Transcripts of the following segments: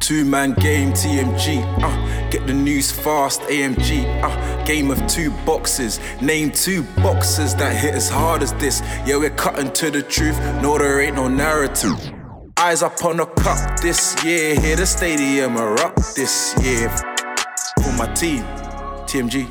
Two man game, TMG. Uh, get the news fast, AMG. Uh, game of two boxes. Name two boxes that hit as hard as this. Yeah, we're cutting to the truth. No, there ain't no narrative. Eyes up on the cup this year. Hear the stadium erupt this year. For my team, TMG.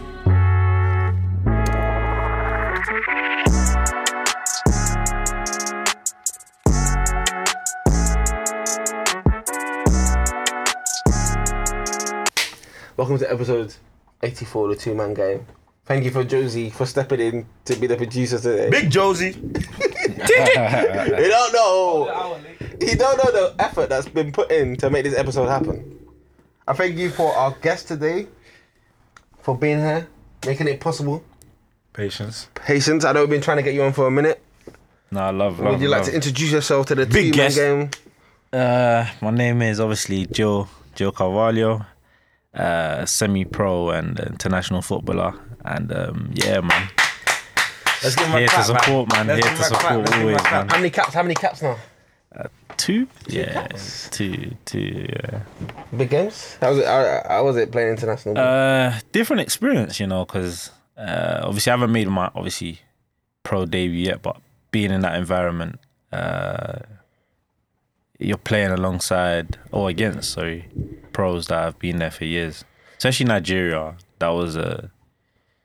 Welcome to episode 84 of the Two Man Game. Thank you for Josie for stepping in to be the producer today. Big Josie. You don't know. You don't know the effort that's been put in to make this episode happen. I thank you for our guest today, for being here, making it possible. Patience. Patience, I know we've been trying to get you on for a minute. No, I love, love, Would you like love. to introduce yourself to the Two Man guest. Game? Uh, my name is obviously Joe Joe Carvalho, uh, semi-pro and international footballer, and um, yeah, man, Let's give him here a to clap, man. support, man, Let's give him here to a clap, support let's give him a always, clap. man. How many caps? How many caps now? two, yeah, two, two, yeah. Big games? How was it? How, how was it playing international? ball? Uh, different experience, you know, because uh, obviously I haven't made my obviously pro debut yet, but being in that environment, uh, you're playing alongside or against, sorry, pros that have been there for years, especially Nigeria. That was a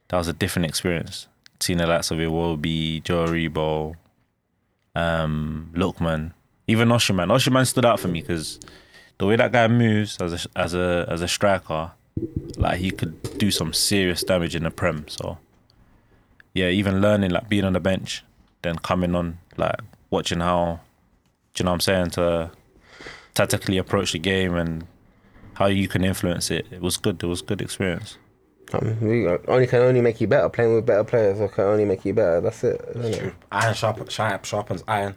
that was a different experience. Seeing the likes of Iwobi, Joe Aribo, um, Lookman, even Oshiman. Oshiman stood out for me because the way that guy moves as a as a as a striker, like he could do some serious damage in the prem. So yeah, even learning like being on the bench, then coming on like watching how, do you know what I'm saying to tactically approach the game and how you can influence it. It was good. It was good experience. Um, we only can only make you better. Playing with better players can only make you better. That's it. Isn't it? Iron sharp, sharp sharpens iron.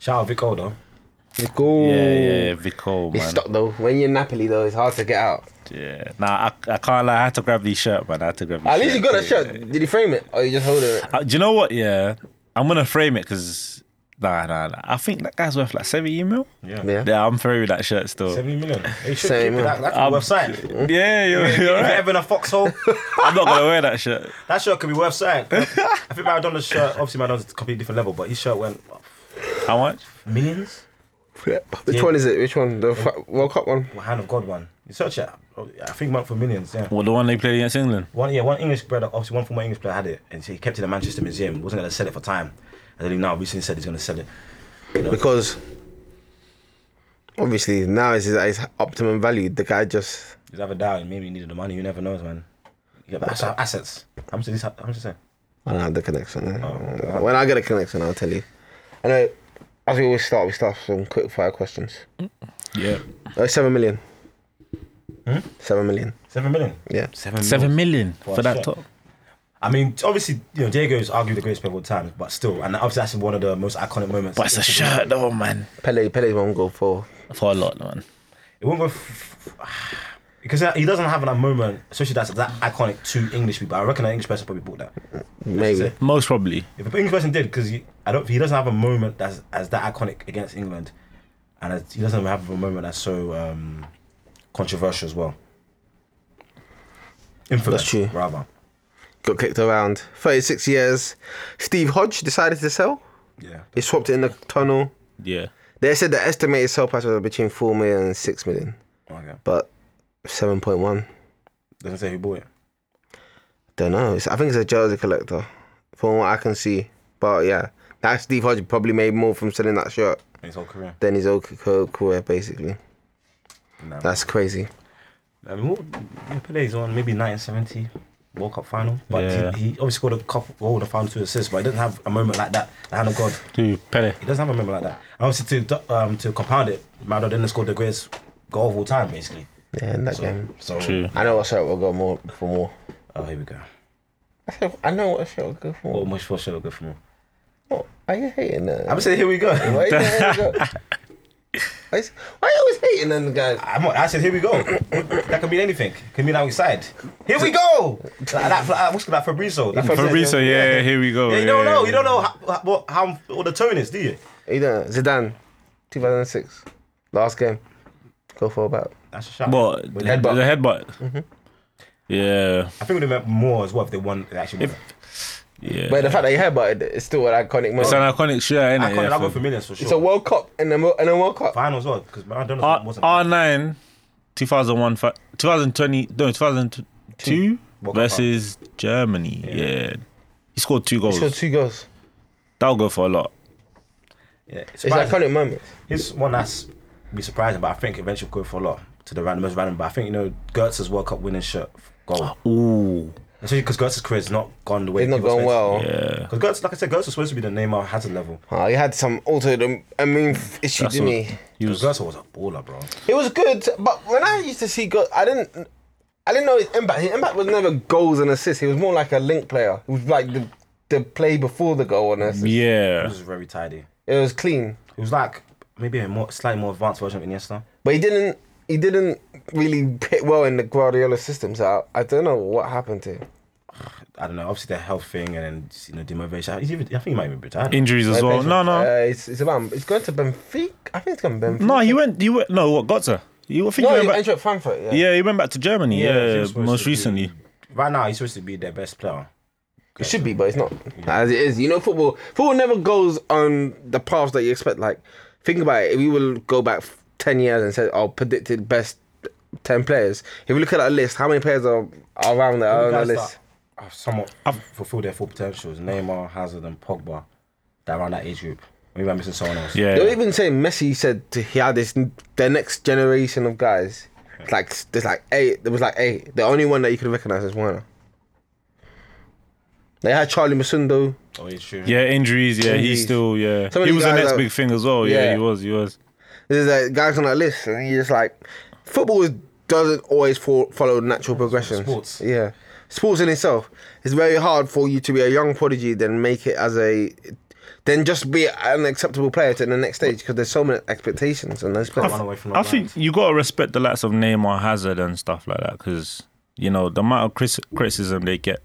Shout out Vic though. It's cool. Yeah, yeah, yeah Vico, It's man. stuck though. When you're in Napoli though, it's hard to get out. Yeah, nah, I, I can't lie. I had to grab these shirt, man. I had to grab. These At least you got a Yeah. shirt. Did he frame it or you just holding it? Uh, do you know what? Yeah, I'm gonna frame it because nah, nah, nah. I think that guy's worth like seventy mil. Yeah. Yeah. Yeah, I'm framing that shirt still. 70 million. You should Seventy keep it. million. That, that's Um, worth signing. If Yeah, you're, you're you're right. ever in a foxhole, I'm not gonna wear that shirt. that shirt could be worth signing. I think Maradona's shirt, obviously Maradona's a completely different level, but his shirt went what, How much? millions? Which one is it? Which one? The fu- World Cup one. Well, hand of God one. You search it. I think went for millions, yeah. Well, the one they played against England. One yeah, one English player, obviously one former English player had it, and he kept it in the Manchester Museum. He wasn't gonna sell it for time, and then he now recently said he's gonna sell it. Because obviously now it's at its optimum value. The guy just He's have a doubt, and maybe he needed the money. You never knows, man. You got the assets. How much did this? How much is that? I don't have the connection. eh? Oh, When I get a connection, I'll tell you. I know. As we always start, we start with some quick fire questions. Yeah, Oh, seven million. Seven million. Seven million. Yeah. Hmm? Seven. seven million For for a that shirt. top. I mean, obviously, you know, Diego's arguably the greatest player of all time, but still, and obviously that's one of the most iconic moments. But it's a shirt though, man. Pele. Pele won't go for. For a lot, man. It won't go. F- because he doesn't have that moment, especially that's that iconic to English people. I reckon an English person probably bought that. Maybe. it. Most probably. If an English person did, because he, I don't, he doesn't have a moment that's as that iconic against England, and as, he doesn't have a moment that's so um, controversial as well. Infamous, That's true. Rather, Got kicked around. 36 years. Steve Hodge decided to sell. yeah. He swapped it in the tunnel. Yeah. They said the estimated sale price was between 4 million and 6 million, Okay. but 7.1. Doesn't say who bought it. Don't know. It's, I think it's a jersey collector, from what I can see. But yeah, that Steve Hodge probably made more from selling that shirt His whole career. than his old c- c- career, basically. No. That's crazy. I mean, what, yeah, Pele's on maybe 1970 World Cup final, but Yeah. he, he obviously scored a couple, all the final two assists, but he doesn't have a moment like that. The hand of God, Dude, Pele. he doesn't have a moment like that. And obviously, to um, to compound it, Maradona scored the greatest goal of all time, basically. Yeah, in that So, game. so True. I know what shirt will go more for more. oh, here we go. I said, I know what shirt will go for Oh. more. Almost for sure, good for me. What? Are you hating that? I'm saying, here we go. Why you always go- Why is- why you always hating on the guys? I'm, I said, here we go. that could mean anything. Could mean I'm excited. Here we go. Like that, like, what's that Fabrizio? That Fabrizio, Fabrizio, yeah, here we go. Yeah, you don't know. You don't know how, how- what, how what the tone is, do you? You know, Zidane, 2006, last game. Go for about. That's a shot. But the headbutt. the headbutt. Yeah, I think it would have meant more as well if they won. They actually, won. yeah. But the fact that he headbutted it is still an iconic moment. it's an iconic shirt, I isn't can't. it? Yeah, I'll go for- for millions for sure. It's a World Cup and a, mo- and a World Cup. Final as well because Maradona R- wasn't. R9, 2001, fi- 2020, no, 2002 World Cup versus Germany. Yeah. He scored two goals. So two goals. That'll go for a lot. yeah, it's It's an iconic moment. It's one that's be surprising, but I think eventually will go for a lot to the random, most random. But I think you know Gertz's World Cup winning shirt goal, Ooh. especially because Gertz's career has not gone the way It's not people going expected. well. Yeah. Because Gertz, like I said, Gertz was supposed to be the Neymar Hazard level. Oh, he had some autoimmune issue, That's didn't what- he? He Because was, Gertz was a baller, bro. It was good, but when I used to see goals, I didn't. I didn't know his impact. His impact was never goals and assists. He was more like a link player. It was like the the play before the goal and assist. He yeah. was very tidy. It was clean, It was like maybe a more slightly more advanced version of Iniesta. but he didn't. He didn't really fit well in the Guardiola system. So I, I don't know what happened to him. I don't know. Obviously the health thing and then you know demotivation. He's even, I think he might even be retired. Injuries as well. No, Uh, no. it's it's about. It's going to Benfica. I think it's going to Benfica. No, he went, he went, no, what, Gotza? You, I think No, he he went back, entered Frankfurt. Yeah. yeah, he went back to Germany, Yeah, he yeah, was supposed to most be- recently. Right now he's supposed to be their best player. It should be, but it's not. As it is, you know, football. Football never goes on the paths that you expect. Like, think about it. If we will go back ten years and say, "Oh, predicted best ten players," if we look at that list, how many players are, are around that are on that Guys list? that have somewhat fulfilled their full potentials. Neymar, Hazard, and Pogba. That around that age group. Maybe I'm missing someone else. Yeah. They're even saying Messi said to, he had this the next generation of guys. It's Like, there's like eight. There was like eight. The only one that you could recognize is Werner. They had Charlie Masundo. Oh, it's true. Yeah, injuries, yeah, he Injuries. still, yeah. Some of he these was the guys next are- big thing as well, yeah, Yeah. he was, he was. there's like guys on that list, and you're just like, football is- doesn't always fo- follow natural progressions. sports. yeah, sports in itself, it's very hard for you to be a young prodigy, then make it as a, then just be an acceptable player to the next stage because there's so many expectations and those players. Run away from I that think you gotta respect the likes of Neymar, Hazard, and stuff like that, because you know the amount of cris- criticism they get,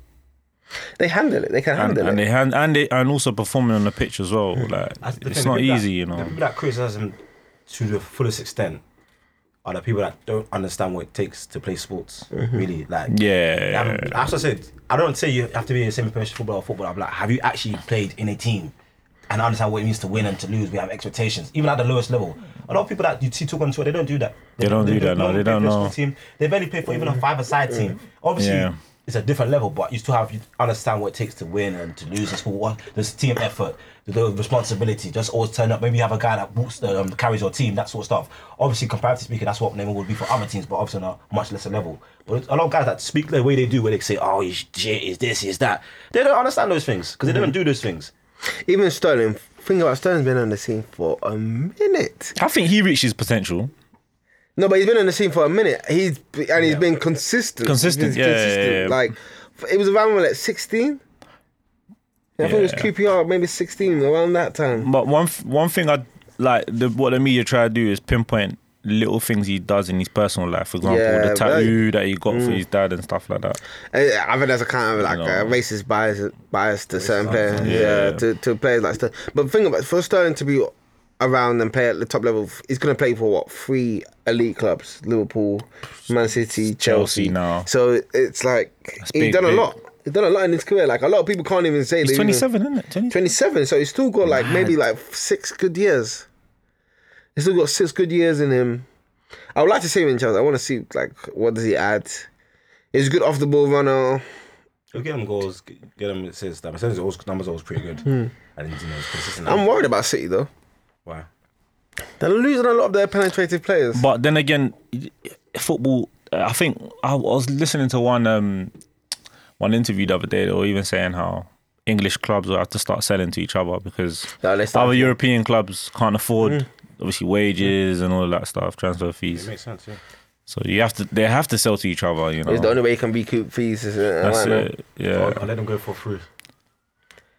They handle it. They can and, handle and it. they hand, and they and also performing on the pitch as well. Like Hmm. That's the it's thing, the not people easy, that, you The know. people that criticize him to the fullest extent are the people that don't understand what it takes to play sports. Really, like Yeah, I'm, as Um, I said, I don't say you have to be in the same professional football or football. I'm like, have you actually played in a team and understand what it means to win and to lose? We have expectations, even at the lowest level. A lot of people that you see talk on Twitter, they don't do that. They don't do that, no, they play don't for a know. school Team. They barely play for even a five-a-side team. Obviously, Yeah. it's a different level, but you still have you understand what it takes to win and to lose. It's what there's team effort, the responsibility. Just always turn up. Maybe you have a guy that walks, um, carries your team, that sort of stuff. Obviously, comparatively speaking, that's what Neymar would be for other teams, but obviously on a much lesser level. But a lot of guys that speak the way they do, where they say, "Oh, he's shit, is this, is that," they don't understand those things because they don't do those things. Even Sterling. Think about Sterling's been on the scene for a minute. I think he reached his potential. No, but he's been on the scene for a minute. He's and he's been consistent. Consistent, He's yeah, yeah, yeah. Like it was around when, like sixteen. I think it was Yeah. QPR, maybe sixteen around that time. But one f- one thing I like the, what the media try to do is pinpoint little things he does in his personal life. For example, Yeah, Mm. the but- tattoo that he got for his dad and stuff like that. I, Eh, I think that's a kind of like No. a racist bias, bias to certain players. Yeah, Yeah. to, to players like Sterling. But think about it, for Sterling to be around and play at the top level, he's going to play for what three elite clubs: Liverpool, Man City, Chelsea. Chelsea now. So it's like he's big, done a big. lot. He's done a lot in his career. Like a lot of people can't even say He's they twenty even- seven, isn't it? 20? 27, so he's still got like maybe Mad. like six good years. He's still got six good years in him. I would like to see him in Chelsea. I want to see like what does he add. He's a good off the ball runner. You get him goals, get him assists. That assists always numbers always pretty good, and you know, it's consistent. I'm worried about City though. Why? They're losing a lot of their penetrative players. But then again, football. I think I was listening to one um, one interview the other day. They were even saying how English clubs will have to start selling to each other because No, let's not- other European clubs can't afford Mm. obviously wages and all that stuff, transfer It fees. makes sense. Yeah. So you have to, they have to sell to each other. You know, It's the only way you can recoup fees. Is uh, that's right now. it. Yeah, I'll, I'll let them go for free.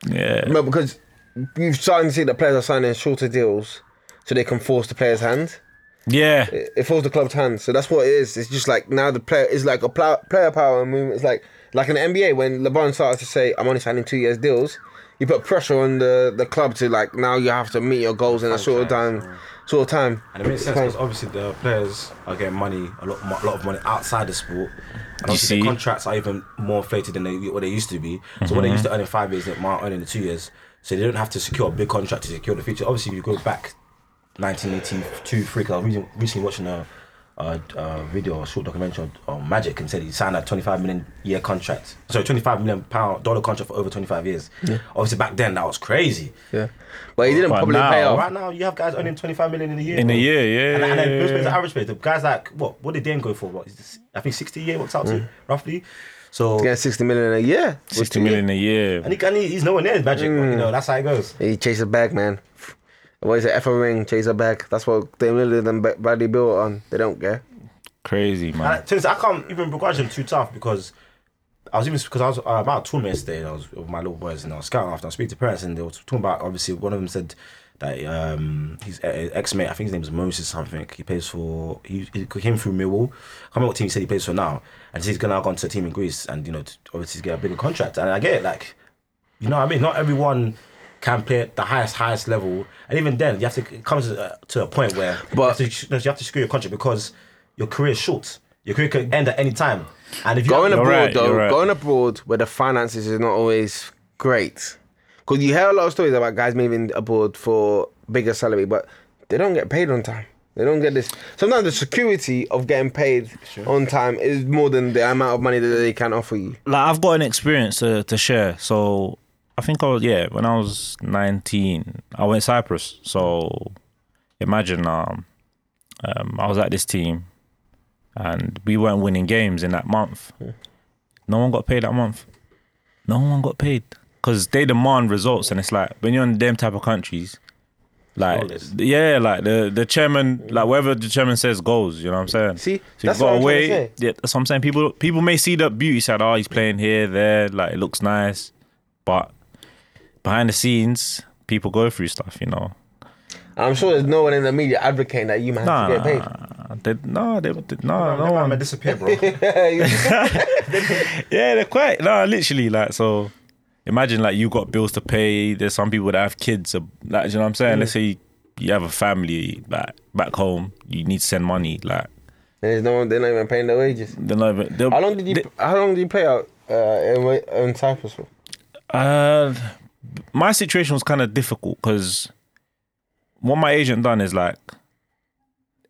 yeah. No, because you've started to see the players are signing shorter deals, so they can force the player's hand. Yeah, it falls the club's hands. So that's what it is. It's just like now the player is like a pl- player power movement. It's like like in the NBA when LeBron started to say, "I'm only signing two years deals." you put pressure on the, the club to like now you have to meet your goals in a short time, short time. And it makes sense because obviously the players are getting money, a lot, a lot of money outside the sport. And obviously see? the contracts are even more inflated than they, what they used to be. So what they used to earn in five years, they're now earning in two years. So they don't have to secure a big contract to secure the future. Obviously, if you go back 1982, three. 'cause I was recently- recently watching a, a, a uh, video, a short documentary on, on Magic, and said he signed a 25 million year contract. Sorry, 25 million pound dollar contract for over 25 years. Obviously, back then that was crazy. Yeah, but he didn't But probably now- pay off. Right now, you have guys earning 25 million in a year. In a bro. year, yeah. And, and then yeah, those players yeah. are average players. The guys like what? What did Dame go for? What? Is this, I think sixty a year works out to roughly. So Yeah, sixty million a year. 60 million a year. and, he, and he, he's nowhere near his magic. But, you know that's how it goes. He chased a bag, man. What is it? F a ring, chase a bag. That's what they live them Ba- Bradley built on. They don't care. Crazy, And I, man. to be honest, I can't even begrudge him too tough because I was even because I was uh, about a tournament yesterday. And I was with my little boys and I was scouting after. I was speaking to parents and they were talking about obviously one of them said that um his ex mate I think his name is Moses something. He plays for he, he came through Millwall. I can't remember what team he said he plays for now. And he's gonna go on to a team in Greece and you know to, obviously to get a bigger contract. And I get it, like you know what I mean. Not everyone. Can play at the highest, highest level, and even then, you have to it comes uh, to a point where But- you have to, you have to screw your contract because your career is short. Your career can end at any time. And if you Going abroad, right, though, you're right. going abroad where the finances is not always great. Because you hear a lot of stories about guys moving abroad for bigger salary, but they don't get paid on time. They don't get this. Sometimes the security of getting paid on time is more than the amount of money that they can offer you. Like, I've got an experience to, to share. So, I think I was, yeah, when I was 19, I went Cyprus. So, imagine um, um, I was at this team and we weren't winning games in that month. Hmm. No one got paid that month. No one got paid because they demand results, and it's like when you're in them type of countries, like Flawless. yeah, like the the chairman, like whatever the chairman says goes. You know what I'm saying? See, so that's you what gotta I'm trying to wait. say. Yeah, that's what I'm saying. People people may see the beauty side. Oh, he's playing here, there, like it looks nice, but behind the scenes, people go through stuff. You know, I'm sure there's no one in the media advocating that you might have to get paid. They, no, they, they, no, no one. I'm gonna disappear, bro. Yeah, they're quite. No, literally, like so. Imagine like you got bills to pay. There's some people that have kids. uh, Like, do you know what I'm saying? Let's say you, you have a family like back home. You need to send money. Like There's no one. They're not even paying their wages. they're not even. They'll, How long did you? they- how long did you play out uh, in, Wa- in Cyprus for? Uh, my situation was kind of difficult because what my agent done is like,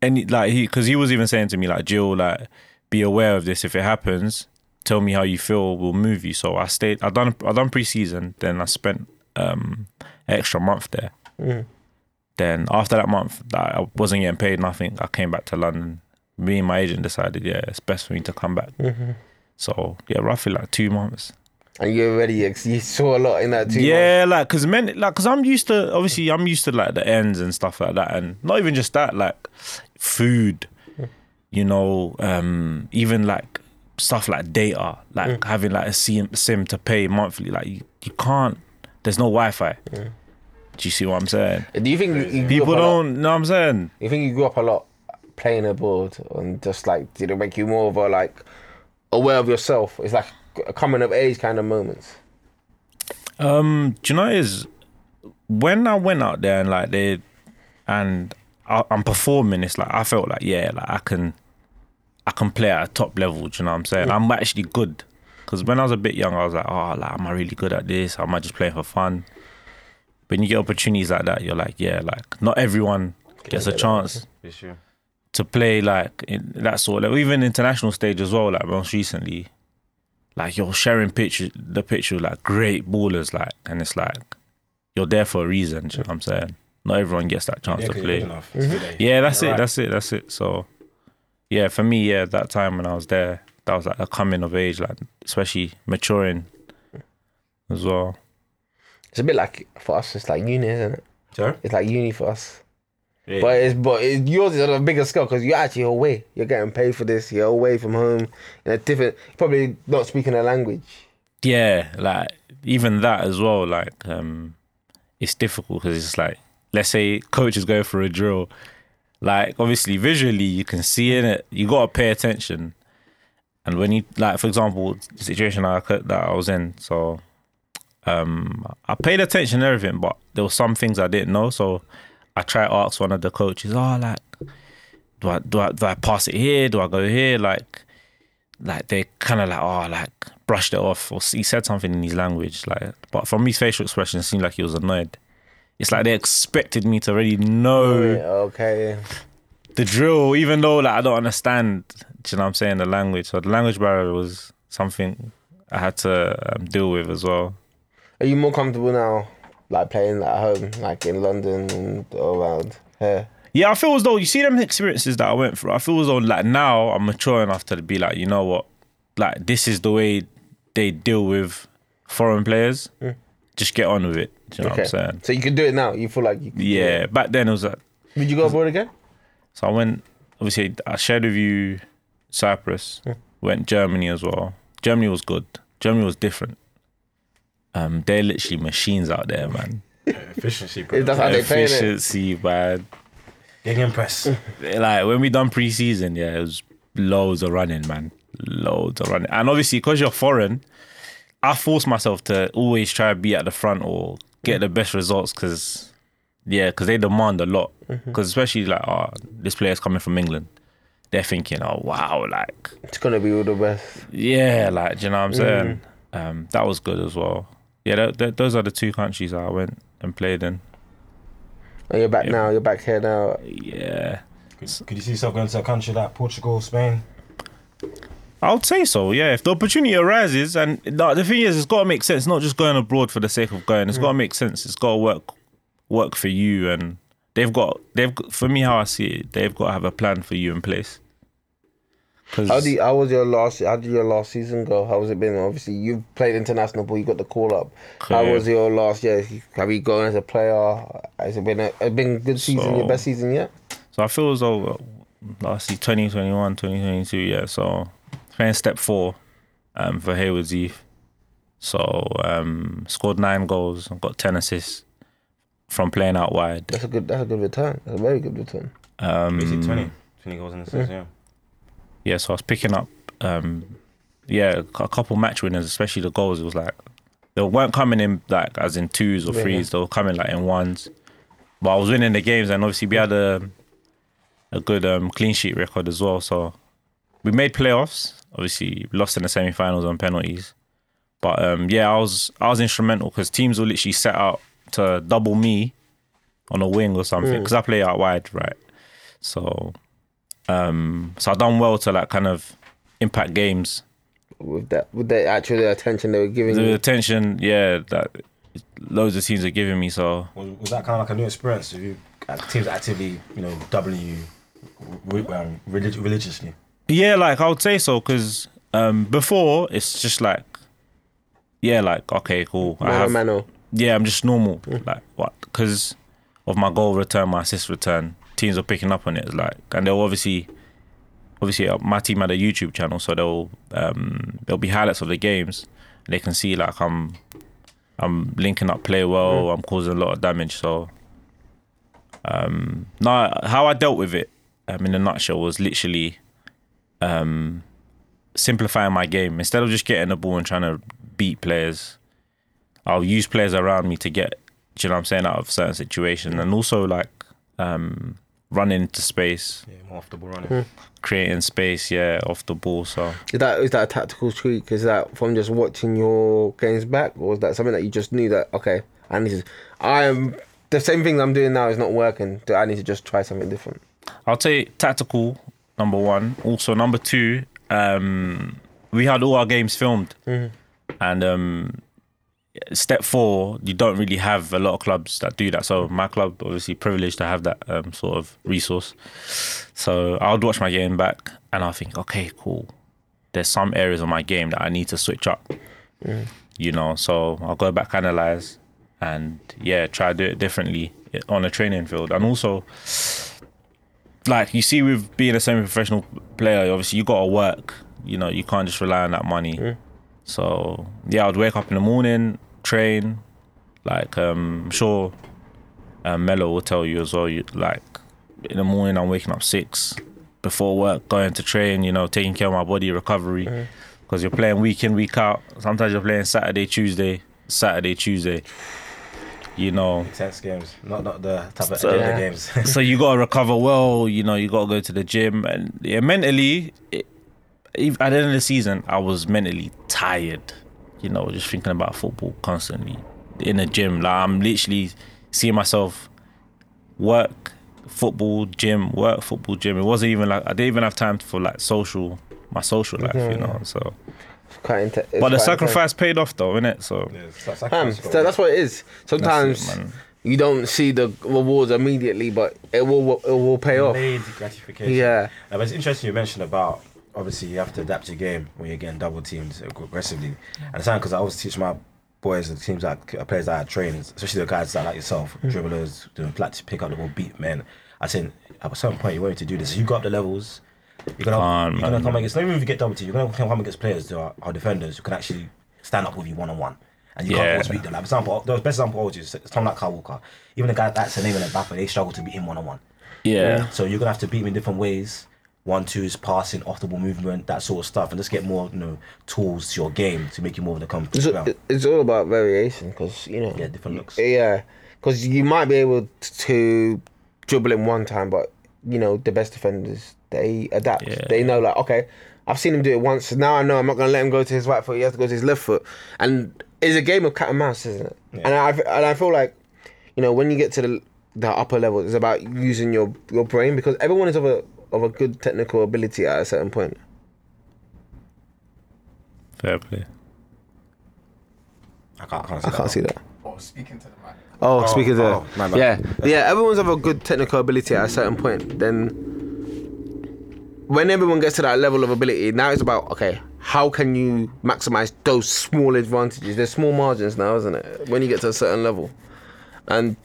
any like he because he was even saying to me like, Jill, like, be aware of this. If it happens, tell me how you feel. We'll move you. So I stayed. I done. I done preseason. Then I spent um an extra month there. Then after that month, that I wasn't getting paid nothing. I came back to London. Me and my agent decided, yeah, it's best for me to come back. So yeah, roughly like two months. And you already ex- you saw a lot in that two months. Yeah, like because men, like because I'm used to obviously I'm used to like the ends and stuff like that, and not even just that, like food, you know, um, even like stuff like data, like Mm. having like a sim, sim to pay monthly, like you, you can't. There's no Wi-Fi. Do you see what I'm saying? Do you think you, you grew People up Mm. a lot- don't know what I'm saying. You think you grew up a lot playing abroad and just like did it make you more of a like aware of yourself? It's like a coming of age kind of moments. Um, do you know what it is when I went out there and like they and I, I'm performing, it's like I felt like yeah, like I can, I can play at a top level. Do you know what I'm saying? I'm actually good because when I was a bit young, I was like, oh, like am I really good at this? Am I just playing for fun? When you get opportunities like that, you're like, yeah, like not everyone gets a chance to play like in that sort of level, even international stage as well. Like most recently, like you're sharing pictures, the picture with like great ballers, like, and it's like you're there for a reason. Do you know what I'm saying? Not everyone gets that chance Yeah, 'cause to you're good play. enough. It's good that you- Yeah, that's it. Right. That's it. That's it. So, yeah, for me, yeah, that time when I was there, that was like a coming of age, like especially maturing as well. It's a bit like for us, it's like uni, isn't it? Sorry? It's like uni for us. Yeah. But it's but it, yours is on a bigger scale because you're actually away. You're getting paid for this. You're away from home in a different, probably not speaking a language. yeah like even that as well like um it's difficult because it's like let's say coach is going for a drill like obviously visually you can see in it you gotta pay attention and when you like for example the situation I, occur- that I was in so um, I paid attention to everything, but there were some things I didn't know. So I tried to ask one of the coaches, oh, like, do I, do I, do I pass it here? Do I go here? Like, like they kind of like, oh, like brushed it off. Or he said something in his language. Like, but from his facial expression, it seemed like he was annoyed. It's like they expected me to already know Oh, Okay. the drill, even though like I don't understand, do you know what I'm saying, the language. So the language barrier was something I had to um, deal with as well. Are you more comfortable now, like playing at home, like in London and all around here? Yeah, I feel as though you see them experiences that I went through. I feel as though like now I'm mature enough to be like, you know what, like this is the way they deal with foreign players. Just get on with it. Do you know Okay. what I'm saying? So you can do it now. You feel like you. Can Yeah. Back then it was uh, like Would you go abroad again? So I went, obviously, I shared with you Cyprus, went Germany as well. Germany was good. Germany was different. Um, they're literally machines out there, man. Efficiency, If bro. that's how they play it. Efficiency, man. Big impress. Mm. Like when we done preseason, yeah, it was loads of running, man. Loads of running. And obviously, because you're foreign, I force myself to always try to be at the front or get the best results because, yeah, because they demand a lot. Because especially like, oh, this player's coming from England. They're thinking, oh, wow, like, It's gonna be all the best. yeah, like, do you know what I'm saying? Um, that was good as well. Yeah, tho- tho- those are the two countries I went and played in. And Oh, you're back now. You're back here now. Yeah. Could, could you see yourself going to a country like Portugal, Spain? I would say so, yeah. If the opportunity arises, and the, the thing is, it's got to make sense. Not just going abroad for the sake of going. Mm. It's got to make sense. It's got to work, work for you. And they've got, they've got, for me, how I see it, they've got to have a plan for you in place. 'Cause- How do you, how was your last? How did your last season go? How has it been? Obviously, you played international ball. You got the call up. How Correct. was your last year? Have you gone as a player? Has it been a, it been a good season? So- your best season yet? So I feel as though uh, last year, 2021, 2022, yeah. So playing step four um, for Hayward's youth. So um, scored nine goals and got 10 assists from playing out wide. That's a good. That's a good return. That's a very good return. Um, Is Mm. it 20? 20 goals in the season, yeah. yeah, so I was picking up, um, yeah, a cou- a couple match winners, especially the goals. It was like they weren't coming in like as in twos or Yeah. threes; they were coming like in ones. But I was winning the games, and obviously we had a a good um, clean sheet record as well. So we made playoffs. Obviously, we lost in the semi-finals on penalties. But um, yeah, I was I was instrumental because teams were literally set out to double me on a wing or something because I play out wide, right? So um, so I done well to like kind of impact games With that, with the actual attention they were giving the you. attention, yeah, that loads of teams are giving me. So Was, was that kind of like a new experience? If you uh, act- teams actively, you know, doubling you re- um, relig- religiously? yeah, like I would say so because um, before it's just like, yeah, like okay, cool. I Mano have, mano. yeah, I'm just normal. Like what? Because of my goal return, my assist return, teams are picking up on it. Like, and they'll obviously, obviously, uh, my team had a YouTube channel, so they'll um, there'll be highlights of the games. They can see like I'm, I'm linking up play well. I'm causing a lot of damage. So, um, no, how I dealt with it, um, in a nutshell, was literally, um, simplifying my game instead of just getting the ball and trying to beat players. I'll use players around me to get, do you know what I'm saying, out of certain situation, and also like um, run into space, Yeah, more off the ball running. Mm. creating space, yeah, off the ball. So Is that is that a tactical tweak? Is that from just watching your games back, or is that something that you just knew that okay, I need to, I am the same thing I'm doing now is not working. Do I need to just try something different? I'll say tactical number one. Also number two, um, we had all our games filmed, and um, step four, you don't really have a lot of clubs that do that. So my club obviously privileged to have that um, sort of resource. So I would watch my game back, and I think, okay, cool. There's some areas of my game that I need to switch up. You know, so I'll go back analyze, and yeah, try to do it differently on a training field, and also like you see with being a semi-professional player obviously you gotta work you know you can't just rely on that money so yeah i'd wake up in the morning train like um I'm sure um, mello will tell you as well you like in the morning i'm waking up six before work going to train you know taking care of my body recovery because you're playing week in week out sometimes you're playing saturday tuesday Saturday, Tuesday. You know, Sense games, not not the type of So- agenda games. so you gotta recover well. You know, you gotta go to the gym, and yeah, mentally, it, ev- at the end of the season, I was mentally tired. You know, just thinking about football constantly in the gym. Like I'm literally seeing myself work, football, gym, work, football, gym. It wasn't even like I didn't even have time for like social, my social life. You know, so Quite inte- it's but the quite sacrifice paid off though, innit? So It's like intense. Fam, sacrifice, Um, so that's what it is. that's Sometimes it, man. you don't see the rewards immediately, but it will it will pay off. Delayed gratification. Yeah. Uh, but it's interesting you mentioned about obviously you have to adapt your game when you're getting double teamed ag- aggressively. And it's because I always teach my boys and teams that uh, players that I train, especially the guys that like yourself, Mm. dribblers, doing flat to pick up the ball, beat men. I said at a certain point you want to do this. You go up the levels. You're gonna, on, you're man. gonna come against. Not even if you get double teamed, you're gonna come against players who are, are defenders who can actually stand up with you one on one. And you Yeah. can't always beat them. Like, for example, the best example I always use is someone like Kyle Walker. Even the guy that's an England Baffert, they struggle to beat him one on one. yeah. So you're gonna have to beat him in different ways. One, twos, passing, off the ball movement, that sort of stuff, and just get more, you know, tools to your game to make you more of an It's, accomplished player. it's all about variation because you know. Yeah, different looks. Yeah, because you might be able to dribble him one time, but you know the best defenders they adapt. Yeah. They know like okay, I've seen him do it once. Now I know I'm not gonna let him go to his right foot. He has to go to his left foot, and it's a game of cat and mouse, isn't it? And I and I feel like you know when you get to the the upper level, it's about using your your brain because everyone is of a of a good technical ability at a certain point. Fair play. I can't, I can't, I can't see that. Or speaking to the mic. Oh, speaking of oh, my bad. yeah, yeah. Everyone's have a good technical ability at a certain point. Then, when everyone gets to that level of ability, now it's about okay, how can you maximize those small advantages? There's small margins now, isn't it? When you get to a certain level, and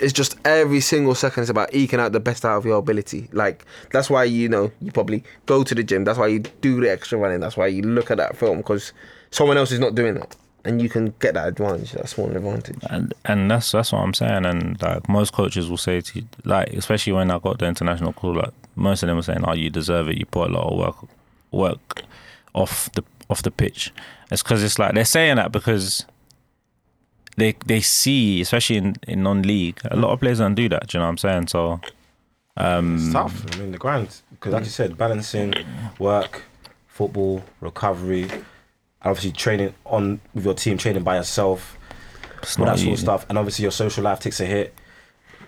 it's just every single second is about eking out the best out of your ability. Like that's why you know you probably go to the gym. That's why you do the extra running. That's why you look at that film because someone else is not doing that, and you can get that advantage, that small advantage. and and that's that's what I'm saying. And like most coaches will say to you, like especially when I got the international call, like most of them were saying, "Oh, you deserve it. You put a lot of work work off the off the pitch." It's because it's like they're saying that because they they see, especially in in non league, a lot of players don't do that. Do you know what I'm saying? So It's tough. I mean, the grind. Because, like you said, balancing work, football, recovery, and obviously training on with your team, training by yourself, it's all not that sort of easy. stuff. And obviously, your social life takes a hit,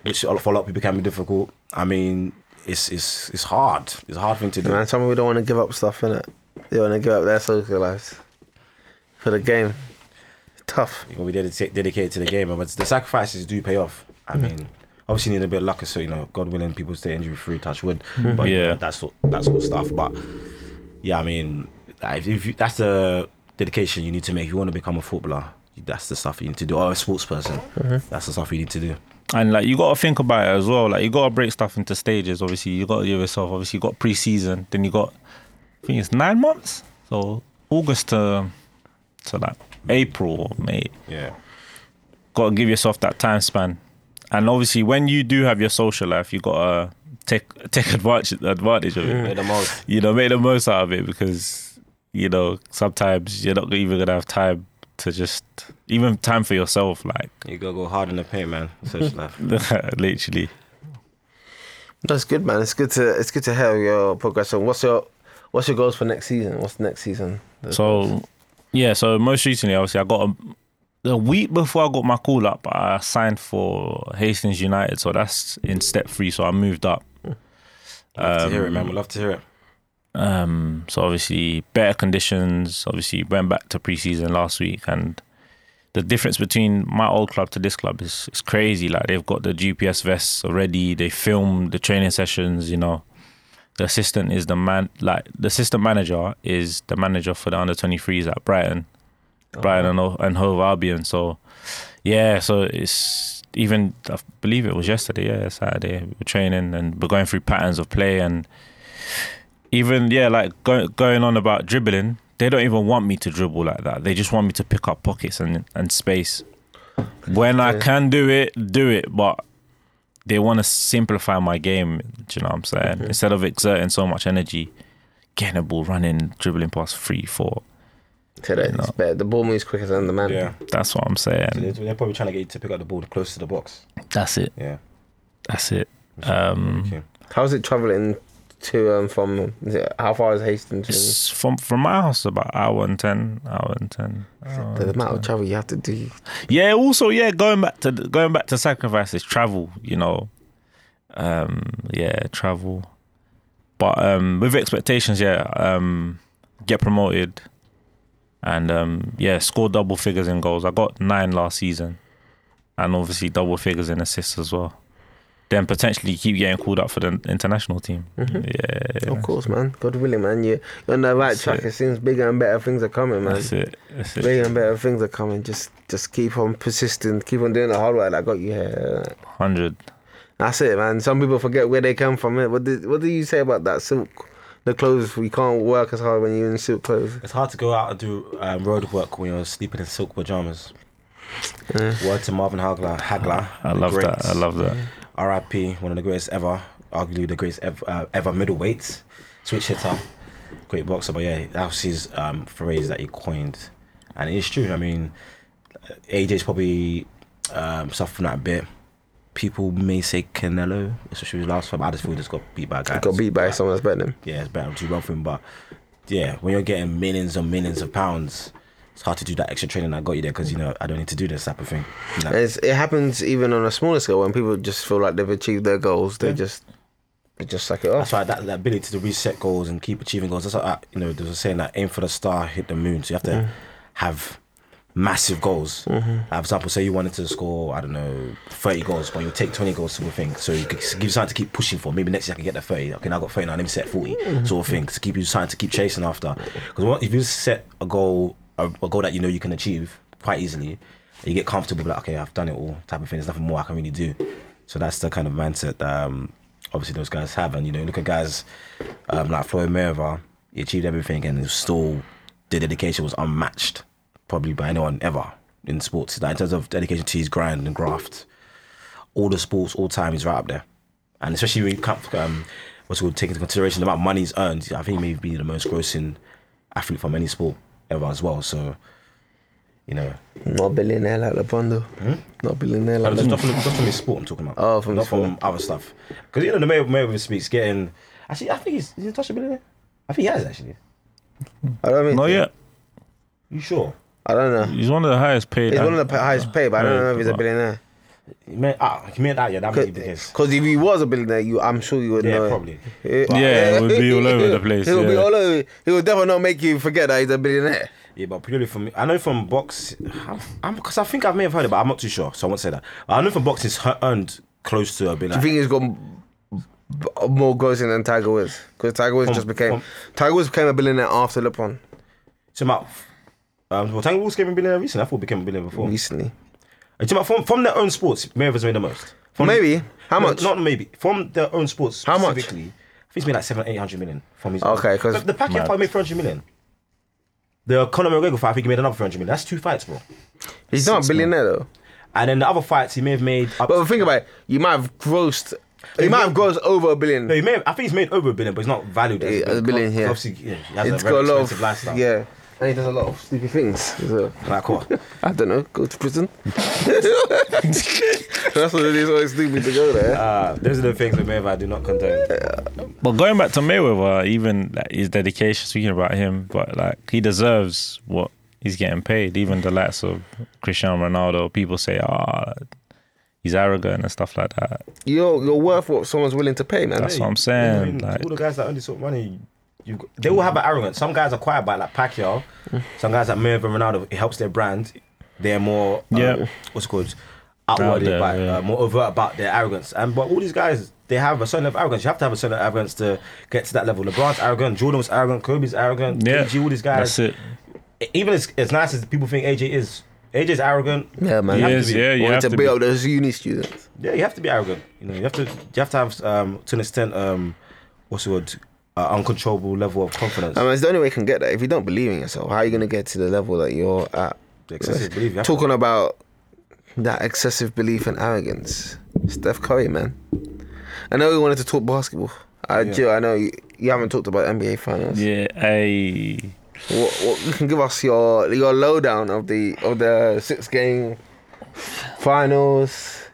which for a lot of people can be difficult. I mean, it's it's it's hard. It's a hard thing to do. Man, some people don't want to give up stuff, innit? They want to give up their social lives for the game. It's tough. you gotta be dedica- dedicated to the game, but the sacrifices do pay off. I mean, obviously you need a bit of luck, so you know, God willing, people stay injury free, touch wood. But Yeah. Mm-hmm. yeah, that's sort that sort of stuff. But yeah, I mean, like, if you, that's the dedication you need to make. If you want to become a footballer, that's the stuff you need to do. Or a sports person, that's the stuff you need to do. And like you gotta think about it as well. Like you gotta break stuff into stages. Obviously, you gotta give yourself. Obviously, you got pre-season. Then you got, I think it's nine months. So August to to like April, May. Yeah, Gotta give yourself that time span. And obviously, when you do have your social life, you gotta take take advantage advantage of it. the most. You know, make the most out of it because you know sometimes you're not even gonna have time to just even time for yourself. Like You gotta go hard in the paint, man. Social life. literally. That's good, man. It's good to it's good to hear your progress. And what's your what's your goals for next season? What's next season? So, yeah. So most recently, obviously, I got a, a week before I got my call up. I signed for Hastings United, so that's in step three. So I moved up. Love to hear it, man. We love to hear it. Um, so obviously, better conditions. Obviously, went back to preseason last week, and the difference between my old club to this club is it's crazy. Like they've got the GPS vests already. They film the training sessions. You know, the assistant is the man. Like the assistant manager is the manager for the under twenty threes at Brighton, Brighton and, and Hove Albion. So yeah, so it's even I believe it was yesterday. Yeah, Saturday we we're training and we're going through patterns of play and even yeah, like go, going on about dribbling, they don't even want me to dribble like that. They just want me to pick up pockets and and space. When I can do it, do it, but they want to simplify my game. Do you know what I'm saying? Instead of exerting so much energy, getting a ball, running, dribbling past three, four. today. It's better. The ball moves quicker than the man. Yeah. That's what I'm saying. They're, they're probably trying to get you to pick up the ball close to the box. That's it. Yeah. That's it. Um, How's it traveling to um from? Is it, how far is Hastings? it's from from my house about hour and ten, hour and ten. hour To, the and amount of travel you have to do. Yeah. Also, yeah. Going back to going back to sacrifices, travel. You know, um, yeah, travel. But um, with expectations, yeah, um, get promoted, and um, yeah, score double figures in goals. I got nine last season, and obviously double figures in assists as well. Then potentially keep getting called up for the international team. Mm-hmm. Yeah, Of course, man. God willing, man. You you're on the right track. It. seems bigger and better things are coming, man. that's it. That's it. Bigger and better things are coming. Just just keep on persisting. Keep on doing the hard work that got you here. Hundred. That's it, man. Some people forget where they come from. innit? What did what do you say about that silk? The clothes we can't work as hard when you're in silk clothes. It's hard to go out and do um, road work when you're sleeping in silk pajamas. Word to Marvin Hagler. Hagler. I the love great. that. I love that. R.I.P. One of the greatest ever, arguably the greatest ever, uh, ever middleweight switch hitter, great boxer. But yeah, that was his um, phrase that he coined, and it's true. I mean, AJ's probably um, suffering that a bit. People may say Canelo, especially his last fight. but I just feel he just got beat by a guy. Got beat by someone that's better than him. Yeah, it's better to run for him, but yeah, when you're getting millions and millions of pounds. It's hard to do that extra training I got you there because you know I don't need to do this type of thing. You know? And It's, it happens even on a smaller scale when people just feel like they've achieved their goals. They just they just suck it That's off. why that, that ability to reset goals and keep achieving goals. That's like, uh, you know, there's a saying that aim for the star, hit the moon. So you have to have massive goals. Like, for example, say you wanted to score, I don't know, 30 goals, but you'll take 20 goals, sort of thing. So you could give you something to keep pushing for. Maybe next year I can get that 30. Okay, now I got 30 now, let me set 40, sort of thing. To keep you something to keep chasing after. Because if you set a goal, a, a goal that you know you can achieve quite easily, you get comfortable, like, okay, I've done it all, type of thing. There's nothing more I can really do. So that's the kind of mindset that um, obviously those guys have. And you know, look at guys um, like Floyd Mayweather. He achieved everything, and he still the dedication was unmatched, probably by anyone ever in sports. Like in terms of dedication to his grind and graft, all the sports, all time, he's right up there. And especially when you can't, um, what's it called, take into consideration the amount of money he's earned, I think he may be the most grossing athlete from any sport ever as well. So, you know, Not a billionaire like LeBron though. Hmm? Not a billionaire like no, just, LeBron. not from, just from his sport, I'm talking about. Mm. Oh, from not his from other stuff. Because you know the mayor, mayor of speaks getting. Actually, I think he's is he touched a billionaire. I think he has actually. I don't mean. Not yet. You sure? I don't know. He's one of the highest paid. He's one of the pa- highest paid, but I don't Yeah, know if he's a but- billionaire. He meant ah, he meant that. Yeah, that might be the case. Because if he was a billionaire, you, I'm sure you would Yeah, know. it. probably. Yeah, it would be all over the place, He would be yeah. all over. He would definitely not make you forget that he's a billionaire. Yeah, but purely from I know from box, I'm because I think I may have heard it, but I'm not too sure, so I won't say that. I know from box he's he- earned close to a Do you billion. think he's got m- b- more goals in than Tiger Woods? Because Tiger Woods From- just became from- Tiger Woods became a billionaire after LeBron so about um, well, Tango Wolves became a billionaire recently. I thought he became a billionaire before. recently. Are you talking about from from their own sports, Mayweather's made the most. From- Maybe. How No, much? Not maybe. From their own sports. How much? Specifically, I think he's made like seven, eight hundred million from his. Okay, own. 'cause- But the Pacquiao Mad. fight made four hundred million. The Conor McGregor fight, I think he made another four hundred million. That's two fights, bro. He's not a billionaire though. And then the other fights he may have made. Up But think about it. You might have grossed. You He might have grossed over a billion. No, he may have, I think he's made over a billion, but he's not valued as Yeah, as a billion, yeah. Obviously, yeah, he has It's a very got a lot expensive of lifestyle. yeah, and he does a lot of stupid things. So, Like what? I don't know. Go to prison. That's what it is. Always stupid to go there. Uh, those are the things that Mayweather I do not condone. But going back to Mayweather, even like, his dedication, speaking about him, but like he deserves what he's getting paid. Even the likes of Cristiano Ronaldo, people say, ah, he's arrogant and stuff like that. You're you're worth what someone's willing to pay, man. That's what I'm I saying. mean, Like, all the guys that only sort of money, you got- they will have an arrogance. Some guys are quiet about it, like Pacquiao. Mm. Some guys like Mayweather, Ronaldo. It helps their brand. They're more uh, Yeah. What's it called? Outward, there, about, yeah. uh, more overt about their arrogance. And but all these guys, they have a certain level of arrogance. You have to have a certain level of arrogance to get to that level. LeBron's arrogant, Jordan was arrogant, Kobe's arrogant, yeah, KG, all these guys. That's it. even as, as nice as people think AJ is, AJ is arrogant. Yeah, man. He have to is, be- yeah, I you wanted have to, to be. build those uni students. Yeah, you have to be arrogant. You know, you have to you have to have um, to an extent um, what's the word, uh, uncontrollable level of confidence. I mean, it's the only way you can get that. If you don't believe in yourself, how are you gonna get to the level that you're at? The excessive belief. you have Talking about that excessive belief and arrogance, Steph Curry, man. I know we wanted to talk basketball. I, Jill, I know you, you haven't talked about NBA finals. Yeah, I. What, what you can give us your your lowdown of the of the six game finals,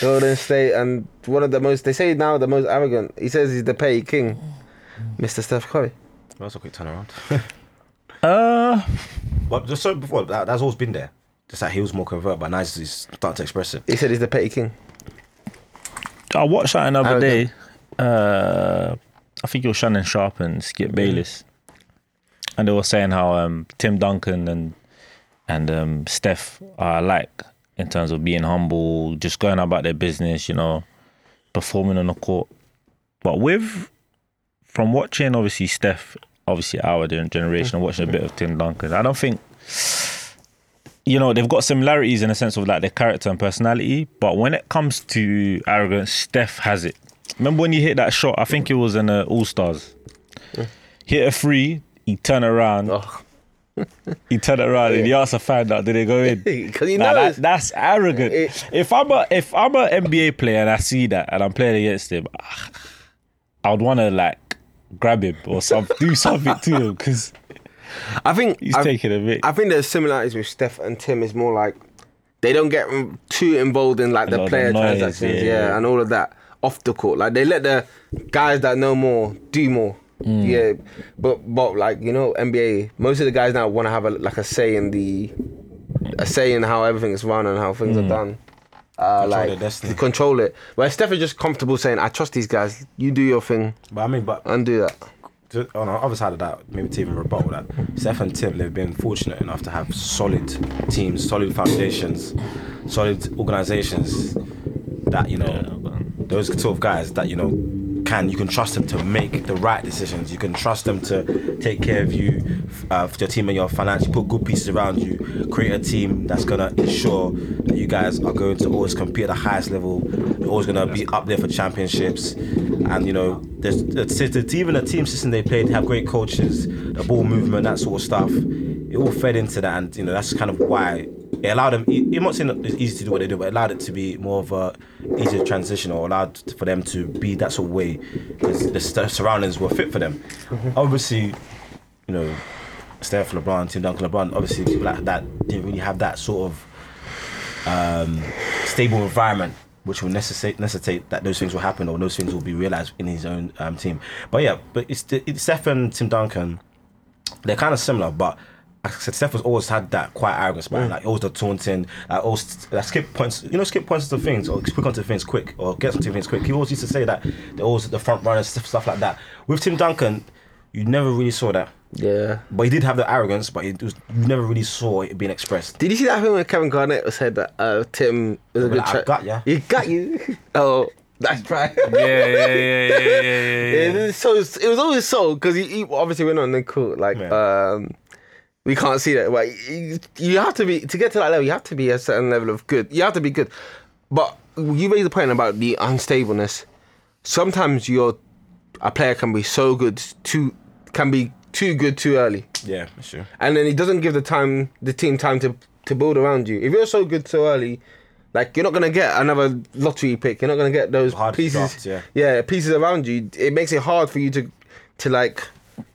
Golden State, and one of the most they say now the most arrogant. He says he's the pay king, Mr. Steph Curry. That's a quick turnaround. Uh, but just so before that, that's always been there. Just that he was more covert, but now he's he's starting to express it. He said he's the petty king. I watched that another Arrogant. day. Uh, I think it was Shannon Sharp and Skip Bayless, and they were saying how um, Tim Duncan and and um, Steph are like in terms of being humble, just going about their business, you know, performing on the court. But with from watching obviously Steph, obviously our gen- generation, and watching a bit of Tim Duncan, I don't think you know, they've got similarities in the sense of like their character and personality, but when it comes to arrogance, Steph has it. Remember when you hit that shot? I think it was in the All Stars. Hit a three, he turned around, Oh, he turned around, and he asked a fan out, did they go in? because you Nah, know that, it's- that's arrogant. It- if I'm a if I'm an NBA player and I see that and I'm playing against him, ah, I would want to like grab him or some, do something to him because I think he's I, taking a bit. I think the similarities with Steph and Tim is more like they don't get mm, too involved in like lot the of player the noise, transactions, yeah, yeah, yeah. and all of that off the court. Like they let the guys that know more do more. Mm. Yeah, but but like you know NBA, most of the guys now want to have a, like a say in the a say in how everything is run and how things Mm. are done. Uh, Control like their destiny. to control it. Where Steph is just comfortable saying, "I trust these guys. You do your thing But I mean, but and do that." to- on the other side of that, maybe to even rebut with that, Steph and Tim, they've been fortunate enough to have solid teams, solid foundations, solid organizations that, you know, those sort of guys that, you know, can, you can trust them to make the right decisions. You can trust them to take care of you, uh, for your team and your finance, put good pieces around you, create a team that's going to ensure that you guys are going to always compete at the highest level, you're always going to be up there for championships. And, you know, there's, it's, it's even the team system they played, they have great coaches, the ball movement, that sort of stuff. It all fed into that, and, you know, that's kind of why it allowed them, it- I'm not saying that it's easy to do what they do, but it allowed it to be more of a easier transition or allowed for them to be that sort of way because the st- surroundings were fit for them. Obviously, you know, Steph LeBron, Tim Duncan LeBron, obviously people like that didn't really have that sort of um, stable environment which will necessitate, necessitate that those things will happen or those things will be realized in his own um, team. But yeah, but it's, the- it's Steph and Tim Duncan, they're kind of similar, but like I said, Steph has always had that quiet arrogance, Mm. man. Like always the taunting, like always like skip points. You know, skip points to things or quick onto things quick or get onto things quick. He always used to say that they're always the front runners, stuff, stuff like that. With Tim Duncan, you never really saw that. Yeah. But he did have the arrogance, but it was, you never really saw it being expressed. Did you see that thing when Kevin Garnett was said that uh, Tim was a good like, "I've tra- got ya." You got you. oh, that's right. yeah, yeah, yeah, yeah, yeah, yeah, It is so it was always so because he, he obviously went on the court like Yeah. um, we can't see that. But you, you have to be to get to that level. You have to be a certain level of good. You have to be good. But you raised the point about the unstableness. Sometimes your a player can be so good too can be too good too early Yeah, sure. and then he doesn't give the time the team time to to build around you. If you're so good so early, like you're not gonna get another lottery pick. You're not gonna get those Hard to pieces, draft, yeah. pieces around you. It makes it hard for you to to like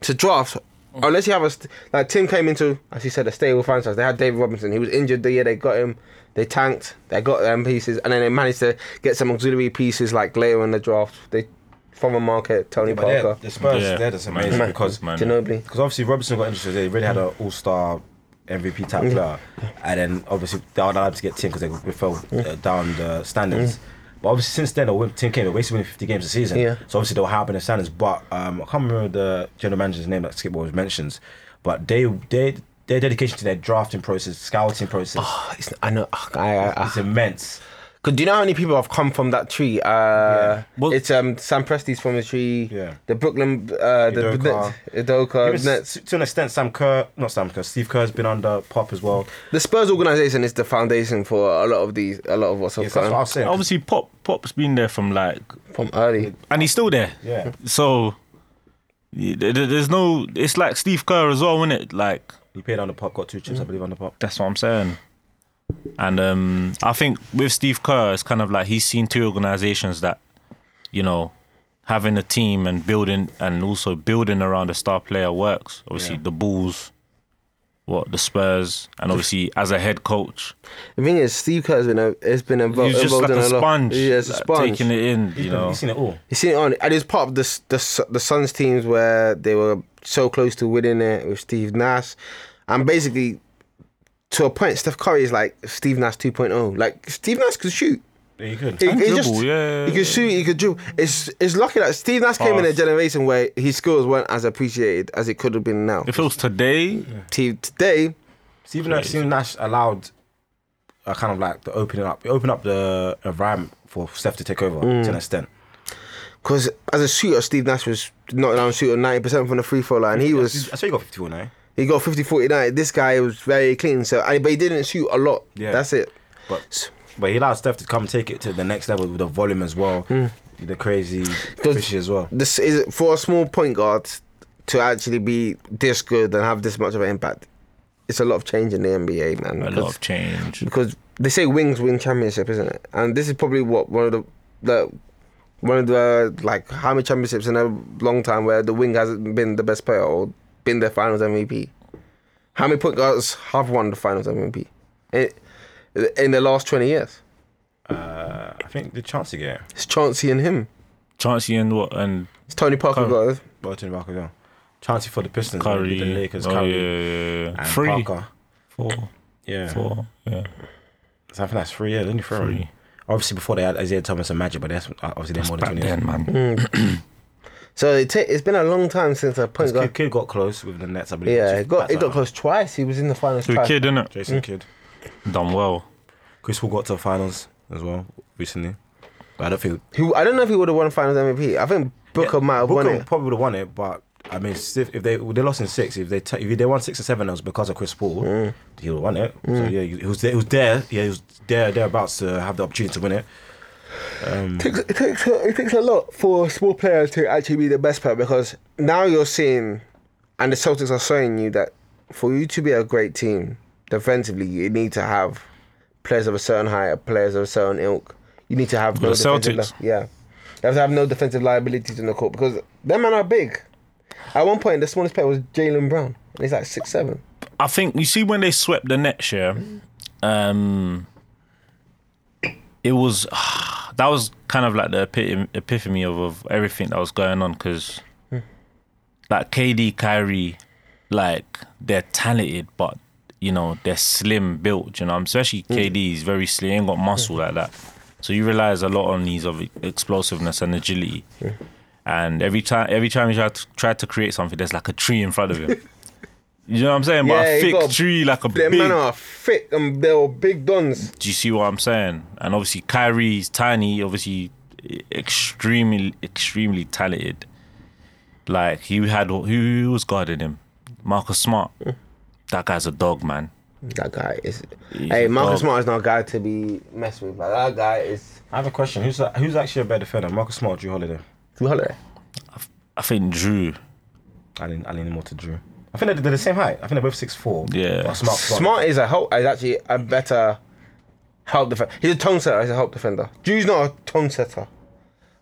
to draft. Unless you have a st- like Tim came into as he said a stable franchise. They had David Robinson. He was injured the year they got him. They tanked. They got them pieces, and then they managed to get some auxiliary pieces like later in the draft. They from a market Tony But they're- Parker, the Spurs, Yeah. they're just amazing Man. because Man. Ginobili. because obviously Robinson got interested. They really had an All Star MVP type player, and then obviously they were allowed to get Tim because they, they fell uh, down the standings. But obviously since then, the Tim came. They basically winning 50 games a season. Yeah. So obviously they were high up in the standings. But um, I can't remember the general manager's name that Skip always mentions. But they they their dedication to their drafting process, scouting process, Oh, it's, I know. oh, I, I, I, is immense. Cause do you know how many people have come from that tree? Uh, Well- it's um Sam Presti's from the tree. Yeah. The Brooklyn, uh, the Udoka. Udoka, Udoka Even Uh, Nets. s- to an extent, Sam Kerr, not Sam Kerr, Steve Kerr's been under pop as well. The Spurs organization is the foundation for a lot of these, a lot of what's Yes, that's going what I on was saying. Obviously, Pop Pop's been there from like, from early. and he's still there. yeah. So y- there- there- there's no. It's like Steve Kerr as well, isn't it? Like He played on the pop, got two chips, I believe, on the pop. that's what I'm saying. And um, I think with Steve Kerr, it's kind of like he's seen two organizations that, you know, having a team and building and also building around a star player works. Obviously, the Bulls what the Spurs, and obviously as a head coach, The thing is, Steve Kerr has been a, has been invo- he's just involved like in a a lot. sponge, Yeah, it's a like, sponge. taking it in. You know, You've seen it all. He's seen it on, and it's part of the s- the s- the Suns teams where they were so close to winning it with Steve Nash, and basically, to a point, Steph Curry is like Steve Nash 2.0. Like Steve Nash could shoot. Yeah, you could. He, And he dribble, just, yeah. He could shoot. He could dribble. It's it's lucky that Steve Nash came in a Pass. generation where his skills weren't as appreciated as it could have been now. if it was today, T- today, Stephen Nash, Stephen Nash allowed a kind of like the opening up, it opened up the environment for Steph to take over to an extent. because as a shooter, Steve Nash was knocking down shooting 90 percent from the free throw line. He was I saw you got eh? 51 now, He got 50 49. This guy was very clean, so and- but he didn't shoot a lot. Yeah. That's it. but but he allowed Steph to come take it to the next level with the volume as well, the crazy fishy as well. This is for a small point guard to actually be this good and have this much of an impact. It's a lot of change in the NBA, man. a lot because, of change. because they say wings win championship, isn't it? And this is probably what one of the the one of the like how many championships in a long time where the wing hasn't been the best player or been the finals MVP. How many point guards have won the finals MVP in, in the last twenty years? Uh, I think the chance to get it. It's Chauncey and him. Chancey and what and It's Tony Parker Curry. got it. Bolton Barker, yeah. Chance for the Pistons, Curry, the Lakers, oh, Curry, yeah, yeah, yeah. and three, Parker. four, Yeah, four, yeah, So I think that's three. Yeah, only three. Three. Obviously, before they had Isaiah Thomas and Magic, but that's uh, obviously they're more than back twenty. years. then, man. So it ta- it's been a long time since a point This guard. Kid, kid got close with the Nets, I believe. Yeah, Just it got it back got to- close twice. He was in the finals Good twice. kid, innit? Jason Kidd. Done well. Chris Paul got to the finals as well recently. But I don't think He, I don't know if he would have won finals MVP. I think Booker might have won Brooklyn it. probably would have won it, but I mean, if, if they they lost in six, if they t- if they won six or seven, it was because of Chris Paul. He would have won it. Mm. So yeah, he was there, he was there. Yeah, he was there thereabouts to have the opportunity to win it. It takes, it takes a lot for small players to actually be the best player because now you're seeing, and the Celtics are showing you that for you to be a great team defensively, you need to have players of a certain height, players of a certain ilk. You need to have no The defensive Celtics. li- yeah, you have to have no defensive liabilities in the court because them men are big. At one point, the smallest player was Jalen Brown, and he's like six seven. I think you see when they swept the Nets, yeah. Um, it was that was kind of like the epi- epiphany of, of everything that was going on because Hmm. like KD, Kyrie, like they're talented, but you know they're slim built. You know, especially Hmm. KD is very slim, he ain't got muscle like that. So you realize a lot on these of explosiveness and agility. Hmm. And every time, every time he tried to, tried to create something, there's like a tree in front of him. you know what I'm saying? but Yeah, a he thick got- tree, like a Them big. men are thick and they're big dons. Do you see what I'm saying? And obviously, Kyrie's tiny, obviously, extremely, extremely talented. Like, he had, who, who was guarding him? Marcus Smart. That guy's a dog, man. That guy is. He's hey, a Marcus dog. Smart is not a guy to be messed with. Like that guy is. I have a question. Who's who's actually a better defender, Marcus Smart or Drew Holiday? Drew Holiday. I think Drew. I lean I lean more to Drew. I think they're, they're the same height. I think they're both six four. Yeah. Smart. Smart is a help. Is actually a better help defender. He's a tone setter. He's a help defender. Drew's not a tone setter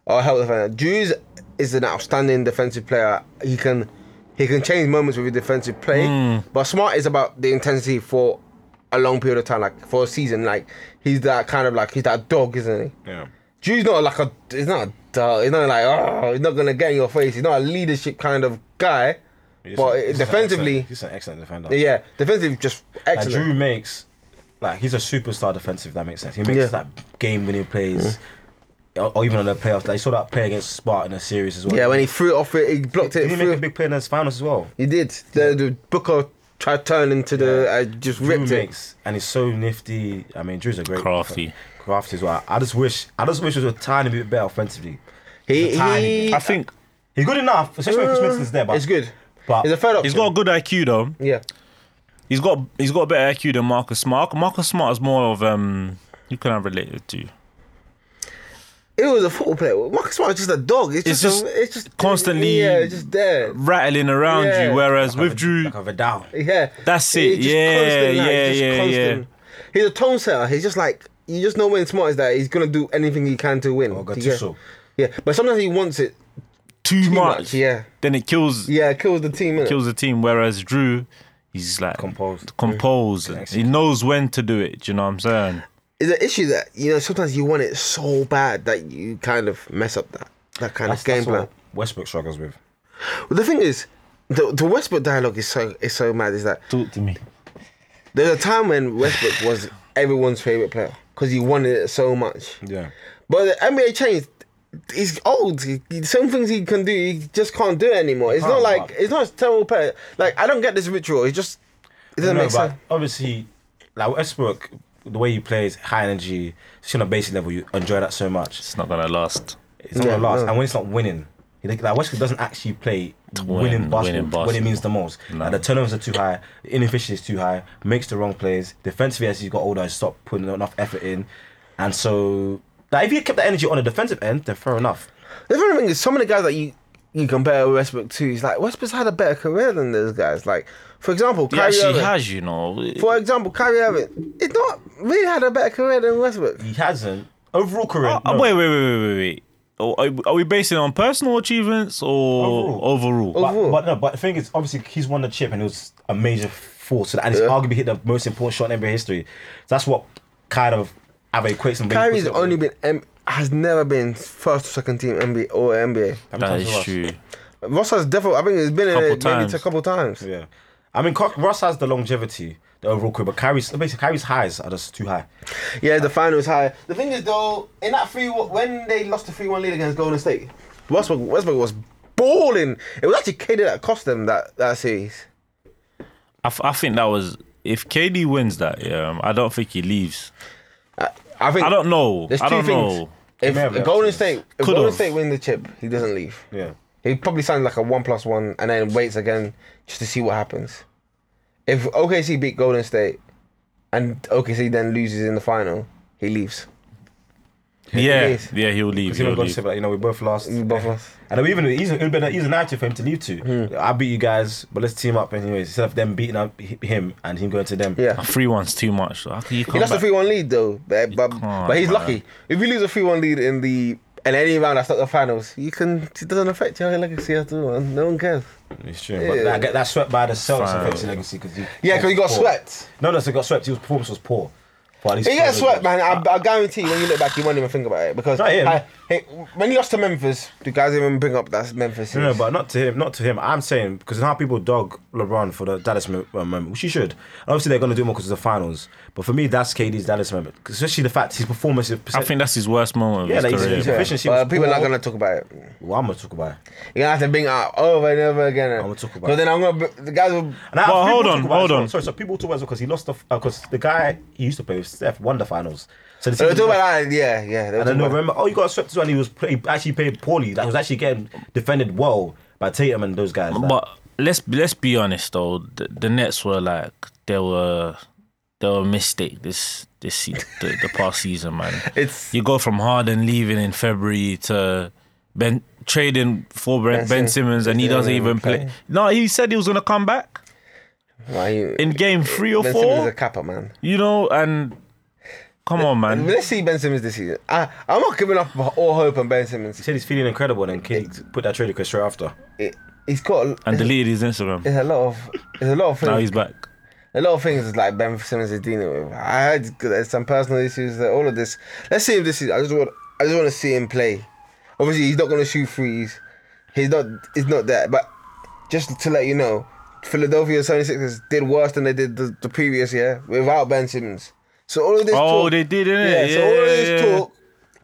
or a help defender. Drew's is an outstanding defensive player. He can he can change moments with his defensive play. Hmm. But Smart is about the intensity for a long period of time, like for a season. Like he's that kind of like he's that dog, isn't he? Yeah. Drew's not like a. He's not a dog. He's not like oh, he's not gonna get in your face. He's not a leadership kind of guy. He's But an- he's an defensively- excellent- he's an excellent defender. Yeah, defensive just Like excellent. Drew makes, like he's a superstar defensive. If that makes sense. He makes Yeah. that game-winning plays, or, or even on the playoffs. Like, you saw that play against Sparta in a series as well. yeah, when he threw it off, it, he blocked did it. he through. make a big play in his finals as well. He did. The, the Booker tried to turn into the. I just Drew ripped it. makes, and he's so nifty. I mean, Drew's a great Crafty. Crafty as well. I just wish, I just wish it was a tiny bit better offensively. He, Tiny. he, Mm, I think He's good enough, especially when Chris Middleton's there. But Uh, it's good. But He's a third option. he's got a good IQ, though. Yeah. He's got he's got a better IQ than Marcus Smart. Marcus Smart is more of, um, who can I relate it to? It was a football player. Marcus Smart is just a dog. It's It's just, just a- it's just constantly- Yeah, it's just there. Rattling around Yeah. you, whereas with Drew, like a Vidal. Yeah. That's He it. just Yeah, constant, like, yeah, just yeah, constant. He's a tone setter. He's just like you just know when Smart is that he's gonna do anything he can to win. Or Do you get- Gattuso. Yeah, but sometimes he wants it too, too much. much, Yeah, then it kills yeah, it kills the team. innit? kills the team. Whereas Drew, He's like Composed. composed. He knows when to do it. Do you know what I'm saying? It's an issue that you know sometimes you want it so bad that you kind of mess up that that kind of game what plan. Westbrook struggles with. But the thing is, the the Westbrook dialogue is so is so mad. Is that Talk to me. there's a time when Westbrook was everyone's favorite player because he wanted it so much. Yeah. But the NBA changed. He's old. He, he- some things he can do, he just can't do it anymore. It's not can't, like bruv. it's not a terrible player. Like I don't get this ritual. It just it doesn't No, make but sense. obviously, like Westbrook, the way he plays, high energy, just on a basic level, you enjoy that so much. It's not gonna last. It's not Yeah, gonna last. no. And when it's not winning, he- like, like Westbrook doesn't actually play win, winning, basketball, winning when it basketball. means the most. No. Like, the turnovers are too high, the inefficiency is too high, makes the wrong plays. Defensively, as he got older, he stopped putting enough effort in. And so, like, if he had kept that energy on the defensive end, then fair enough. The funny thing is, some of the guys that you you compare Westbrook to, he's like Westbrook's had a better career than those guys. Like for example, He Kyrie actually Irving. has, you know. For example, Kyrie Irving, he's not really had a better career than Westbrook. He hasn't. Overall career. Oh, no. Wait, wait, wait, wait, wait, wait. Oh, Are, are we basing it on personal achievements or Overall. overall? Overall. But, but no, but the thing is, obviously, he's won the chip and it was a major force, to that, and he's Yeah. arguably hit the most important shot in NBA history. So that's what kind of I've equates him. Kyrie's only been M- has never been first or second team NBA or NBA. that is true. Russ has definitely. I think he's been in Couple it maybe times. a couple times. Yeah, I mean, Cock, Ross has the longevity, the overall career, but Kyrie's basically Kyrie's highs are just too high. Yeah, the finals high. The thing is, though, in that three, when they lost the three-one lead against Golden State, Westbrook, Westbrook was balling. It was actually KD that cost them that that series. I, f- I think that was if KD wins that. Yeah, um, I don't think he leaves. I think I don't know. There's I two don't things. know. If may have left, Golden yeah. State, if Could Golden have. State win the chip, he doesn't leave. Yeah, He probably signs like a one plus one and then waits again just to see what happens. If OKC beat Golden State and OKC then loses in the final, he leaves. Yeah, leaves. yeah, he'll leave. because you He'll know, leave. say, like, you know, we both lost. He's above us. And then we even he's it'd been a, he's a narrative for him to leave to. Hmm. I beat you guys, but let's team up anyways. Instead of them beating up hi- him and him going to them. Yeah. Three ones too much. How can He you come lost a back? three one lead though, but but, can't, but he's man. lucky. If you lose a three one lead in the in any round that's not the finals, you can it doesn't affect your legacy at all. Man. No one cares. it's true. But Yeah. that, get- that swept by the Celtics Fine. affects his legacy because Yeah, because he got swept. No, no, so he got swept. His performance was poor. But He got swept, man. I, I guarantee when you look back, you won't even think about it because Not him. I- hey, when he lost to Memphis, do you guys even bring up that Memphis? No, no, series? but not to him. Not to him. I'm saying because how people dog LeBron for the Dallas mo- uh, moment, which he should. Obviously, they're gonna do more because of the finals. But for me, that's KD's Dallas moment, 'Cause especially the fact his performance. Is I think that's his worst moment of Yeah, his like, he's- career. he's- man. efficiency But was people are not poor. gonna talk about it. Well, I'm gonna talk about it. You're gonna have to bring it out over and over again. I'm gonna talk about Because it. then I'm gonna the guys will. And Well, I- people hold talk on, about it hold as well. on. Sorry, so people talk about because he lost the because the guy he used to play with Steph won the finals. So the They team were talking about that. Yeah, yeah. They were And then talking no, about, remember, oh, you got swept as well. and He was play, actually played poorly. That was actually getting defended well by Tatum and those guys. Like, But let's let's be honest though, the, the Nets were like they were they were a mistake this this se- the, the past season, man. It's- you go from Harden leaving in February to Ben trading for Ben, ben, Sim- Simmons and he Simmons doesn't even play. play. No, he said he was gonna come back Why you, in game three or ben four. Simmons is a capper, man. you know, and come on, man. Let's see Ben Simmons this season. I, I'm not giving up all hope on Ben Simmons. he said he's feeling incredible, and then Kate put that trade request straight after. It, he's got. and it's, deleted his Instagram. it's a lot of. It's a lot of Now things. he's back. A lot of things is like Ben Simmons is dealing with. I heard there's some personal issues. That all of this. Let's see if this is. I just want. I just want to see him play. Obviously, he's not going to shoot threes. He's not. He's not that. But just to let you know, Philadelphia 76ers did worse than they did the, the previous year without Ben Simmons. So all of this. Oh, talk, they did, didn't yeah, it? So all of this Yeah, yeah. talk.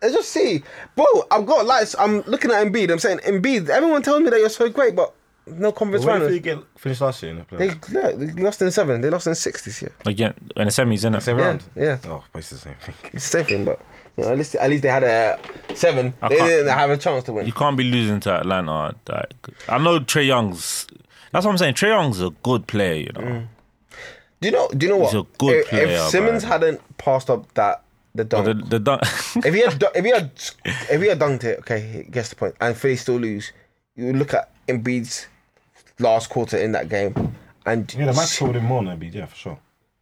Let's just see, bro. I've got lights. I'm looking at Embiid. I'm saying Embiid. Everyone tells me that you're so great, but no conference Where did he finals. get finished last year in the playoffs? They, look, they lost in seven. They lost in six this year. Again, in the semis, innit? Same round? yeah. Oh, but it's the same thing. It's the same thing, but you know, at least at least they had a seven. I they can't- didn't have a chance to win. You can't be losing to Atlanta. Like, I know Trey Young's. That's what I'm saying. Trey Young's a good player, you know. Do you know? Do you know what? He's a good if, player, if Simmons man. hadn't passed up that the dunk, The, the dun- if he had, du- if he had, if he had dunked it, okay, he gets the point, and Philly still lose. You look at Embiid's last quarter in that game, and Yeah, the match scored him more than Embiid, yeah, for sure.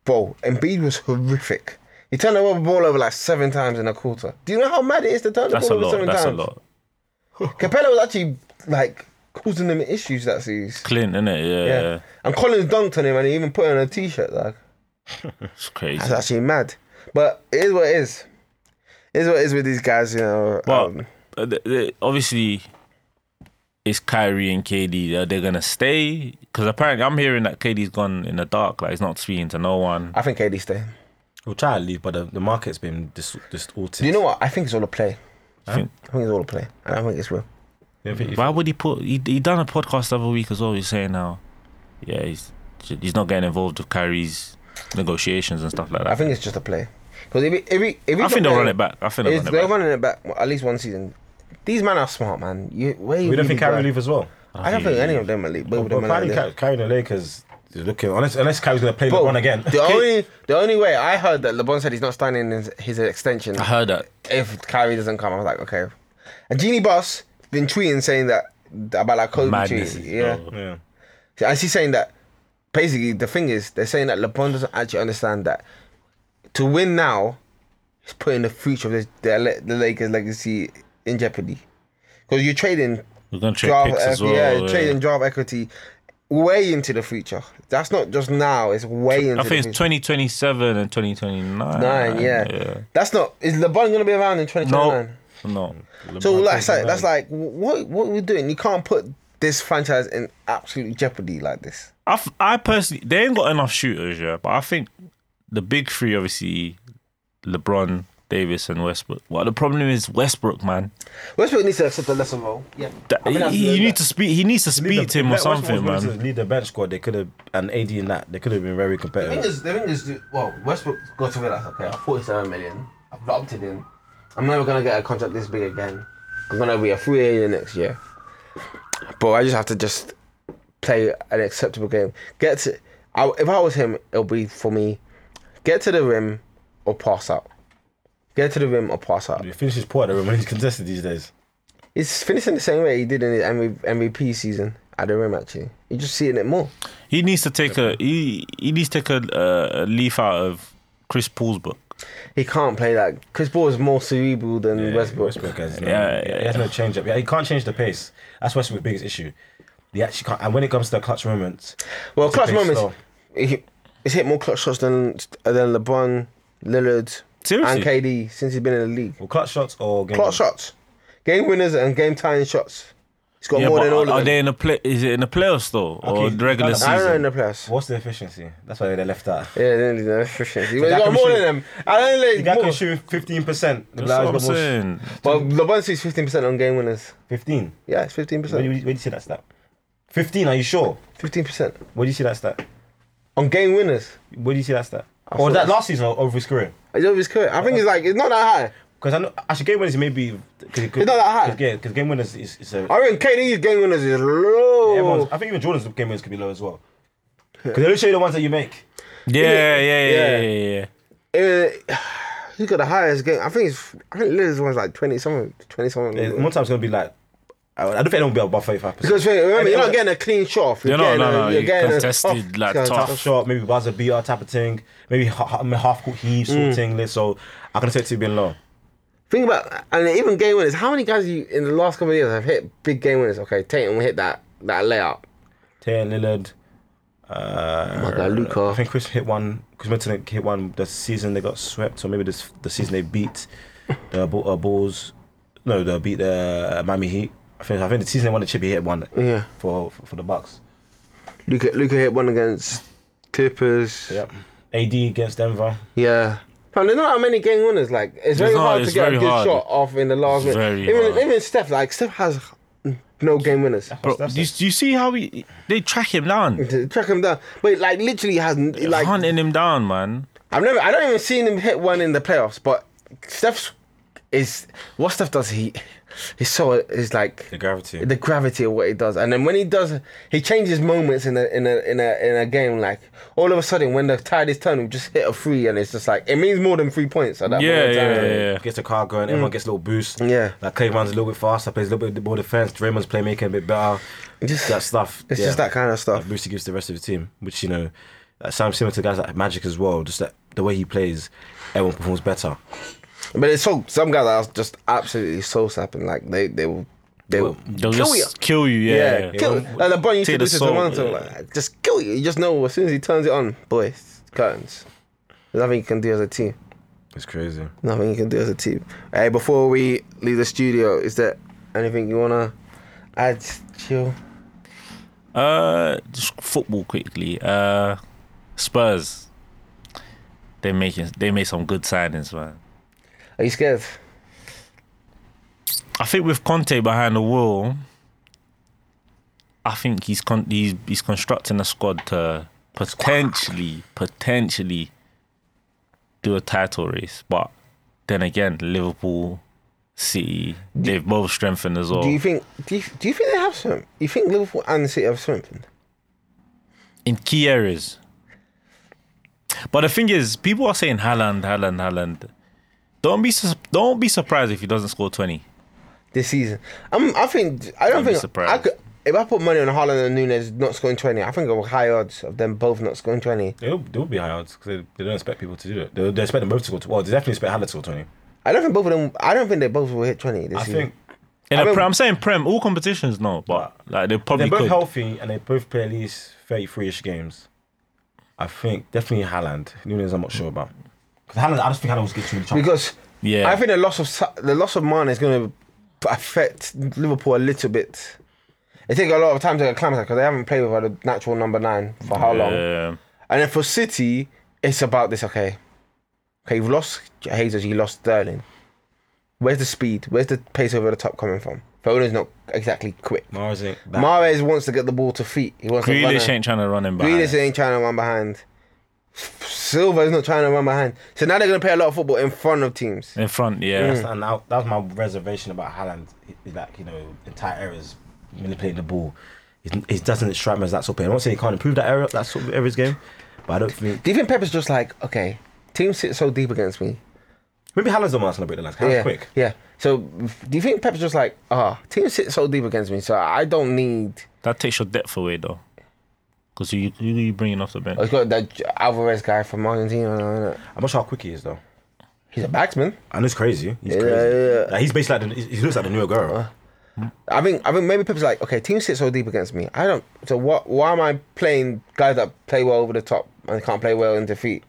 bro, Embiid was horrific. He turned the rubber ball over like seven times in a quarter. Do you know how mad it is to turn the that's a ball over lot. seven That's a times? lot. Capella was actually like causing him issues. That's he's Clint, innit? Yeah, yeah. yeah. And Collins dunked on him, and he even put on a t-shirt. Like It's crazy. that's actually mad. But it is what it is. It is what it is with these guys. You know. Well, um, uh, the, the, obviously, it's Kyrie and KD. Are they gonna stay? Because apparently, I'm hearing that KD's gone in the dark. Like he's not speaking to no one. I think KD stay. We'll try and leave, but the, the market's been dis- distorted. Do you know what? I think it's all a play. I think, I think it's all a play. I don't think it's real. You think if- why would he put? He, he done a podcast the other week as well. He's saying now, yeah, he's he's not getting involved with Kyrie's negotiations and stuff like that. I think it's just a play. Because if he, if he, if he I don't think they'll play- run it back. I think they'll Is- run it they're back. running it back well, at least one season. These men are smart, man. You, where you we don't really think Kyrie go- will leave as well. I don't think any of them will leave. Both of Well, them are apparently, leave. Ky- Kyrie and the Lakers is looking unless unless Kyrie's gonna play Bro, LeBron again. The only, the only way I heard that LeBron said he's not signing his, his extension I heard that. if Kyrie doesn't come. I was like, okay. And Jeannie Boss been tweeting saying that about like Kobe Madness. tweet. Yeah. bro. yeah. And she's saying that basically the thing is they're saying that LeBron doesn't actually understand that to win now is putting the future of this, the, Le- the Lakers legacy in jeopardy. Because you're trading We're gonna trade draft, picks as equ- well. uh, yeah, yeah. trading draft equity way into the future. That's not just now; it's way into. I think the it's future. 2027 and 2029. Nine, yeah. That's not. Is LeBron gonna be around in twenty twenty No, nine? no. So like, that's like, that's like, what what are we doing? You can't put this franchise in absolute jeopardy like this. I, f- I personally, they ain't got enough shooters, yeah. But I think the big three, obviously, LeBron, Davis, and Westbrook. Well, the problem is Westbrook, man. Westbrook needs to accept a lesser role. Yeah, That- I mean, that's- he, he need to speak. He needs to Lead speak the- to him or West- West- something, West- man. Lead the bench squad. They could have an AD in that. They could have been very The thing competitive. is, the thing is, well, Westbrook got to realize, okay, I'm 47 million. I've got opted in. I'm never gonna get a contract this big again. I'm gonna be a free agent next year. But I just have to just play an acceptable game. Get to, I, if I was him, it'll be for me, get to the rim or pass out. Get to the rim or pass out. He finishes poor at the rim when he's contested these days. He's finishing the same way he did in his MVP season at the rim. Actually, you're just seeing it more. He needs to take a he he needs to take a, uh, a leaf out of Chris Paul's book. He can't play that. Chris Paul is more cerebral than Westbrook. Westbrook has no, Yeah, um, he has no change up. Yeah, he can't change the pace. That's Westbrook's biggest issue. He actually can't. And when it comes to the clutch moments, Well, clutch big moments. slow. He, he's hit more clutch shots than than LeBron, Lillard, Seriously? and KD since he's been in the league. well, clutch shots or game Clutch shots, game winners and game tying shots. He's got Yeah, more but than all are, of them. they in the play? Is it in the playoffs though, or Okay, the regular I season? I don't know in the playoffs. What's the efficiency? That's why they left that. Yeah, they don't know efficiency. He's guy got can more shoot. than them. I don't The think guy more. can shoot fifteen percent. The That's guy's what I'm got more- saying. Well, LeBron sees fifteen percent on game winners. Fifteen. Yeah, it's fifteen Where do percent. you, where do you see that stat? Fifteen? Are you sure? Fifteen percent Where do you see that stat? on game winners. Where do you see that stat? saw Or was that that. last season or over his career? It's always correct. I think it's like it's not that Because I know actually game winners maybe because it's not that high. Because game winners is, is a, high. I reckon KD's game winners is low. everyone's- I think even Jordan's game winners could be low as well. Because they'll show you the ones that you make. Yeah, yeah, Yeah. yeah, yeah, yeah. Uh, he got the highest game. I think it's, I think Lillard's one's like twenty something, twenty Yeah, something. One time's gonna be like, I I don't think anyone will be above thirty five percent. Because wait, remember, you're not getting a clean shot. off. You're Yeah, no, getting no, a, no, You're you getting contested, a, like, it's tough tough. shot, maybe buzzer beater type of thing, maybe half, half court heave sort of thing. So I can say it's been low. Think about and even game winners. How many guys you in the last couple of years have hit big game winners? Okay, Tatum hit that that layup. Taylor Lillard. Uh, my God, Luka. I think Chris hit one. Chris Middleton hit one the season they got swept, or maybe this the season they beat the Bu- uh, Bulls. No, they beat the Miami Heat. I think I think the season they won the chip. He hit one. Yeah. For for, for the Bucks. Luca Luca hit one against Clippers. Yep. AD against Denver. Yeah. Fam, there's not that many game winners. Like it's very not, hard to it's get a very good hard. shot off in the last It's minute. very Even hard. even Steph, like Steph has no game winners. Bro, That's do you, do you see how he, they track him down? To track him down, but like literally has like hunting him down, man. I've never, I don't even seen him hit one in the playoffs. But Steph's is what Steph does. He he's so is like The gravity. the gravity of what he does, and then when he does, he changes moments in a in a in a in a game. Like all of a sudden, when the tide is turning, we just hit a three, and it's just like it means more than three points at that Yeah, moment. in yeah, time. yeah, yeah. Gets the car going, everyone gets a little boost. Yeah. Like Cleveland's a little bit faster, plays a little bit more defense. Draymond's playmaking a bit better. Just- that stuff. It's yeah. just that kind of stuff. that Booster gives to the rest of the team, which you know, uh, sounds similar to guys like Magic as well. Just that the way he plays, everyone performs better. But it's so some guys are just absolutely soul sapping. Like they they will They will They'll kill just you. kill you. Yeah, Yeah, yeah. kill. Like LeBron used to do Take the this to soul, Toronto, yeah. like, just kill you. You just know as soon as he turns it on, boy, curtains. There's nothing you can do as a team. It's crazy. Nothing you can do as a team. Hey, before we leave the studio, is there anything you wanna add, chill? Uh, just football quickly. Uh, Spurs. They making they made some good signings, man. Are you scared? I think with Conte behind the wheel, I think he's con- he's he's constructing a squad to potentially potentially do a title race. But then again, Liverpool, City, they've both strengthened as well. Do you think? Do you, do you think they have swim? You think Liverpool and City have swim? in key areas. But the thing is, people are saying Haaland, Haaland, Haaland. Don't be sus- don't be surprised if he doesn't score twenty. this season. I'm, I think I don't I'd be think surprised. I could. If I put money on Haaland and Nunes not scoring twenty, I think I have high odds of them both not scoring twenty. They'll, they'll be high odds because they, they don't expect people to do it. They, they expect them both to go to. Well, they definitely expect Haaland to go 20. I don't think both of them. I don't think they both will hit twenty this I season. think In I a mean- prem, I'm saying prem, all competitions no, but like they they're probably both could. healthy and they both play at least 33 ish games. I think definitely Haaland. Nunes, I'm not sure about. Because Haaland, I just think Haaland was good too many chances. because Yeah. I think the loss of Sa- the loss of Mane is going to affect Liverpool a little bit. It take a lot of time to acclimatise because they haven't played without a natural number nine for how long. Yeah. And then for City, it's about this. Okay, okay, you've lost Jesus, you lost Sterling. Where's the speed? Where's the pace over the top coming from? Foden's not exactly quick. Mars ain't that. Mares wants to get the ball to feet. He wants to Grealish run. ain't trying to run him a- back. Grealish ain't trying to run behind. Silva's not trying to run behind. So now they're gonna play a lot of football in front of teams. in front. Yeah, Mm. That's- and that, that was my reservation about Haaland. He- he's like, you know, entire areas manipulating the ball. He, he doesn't strike me as that sort of player. I won't say he can't improve that area, that sort of area's game, but I don't think. Do you think Pep is just like, okay, teams sit so deep against me? Maybe Haaland's the one that's going to break the lines. Haaland's yeah, quick. yeah. So do you think Pep's just like, ah, teams sit so deep against me, so I don't need. that takes your depth away though, because you who are you bringing off the bench? Oh, he's got that Alvarez guy from Argentina. innit? I'm not sure how quick he is, though. He's a batsman. I know he's crazy. He's Yeah, crazy. yeah. Uh-huh. Like, he's basically like the, he he looks like the new Aguero. I think I think maybe Pep's like, okay, teams sit so deep against me. I don't. So what? Why am I playing guys that play well over the top and can't play well in defeat?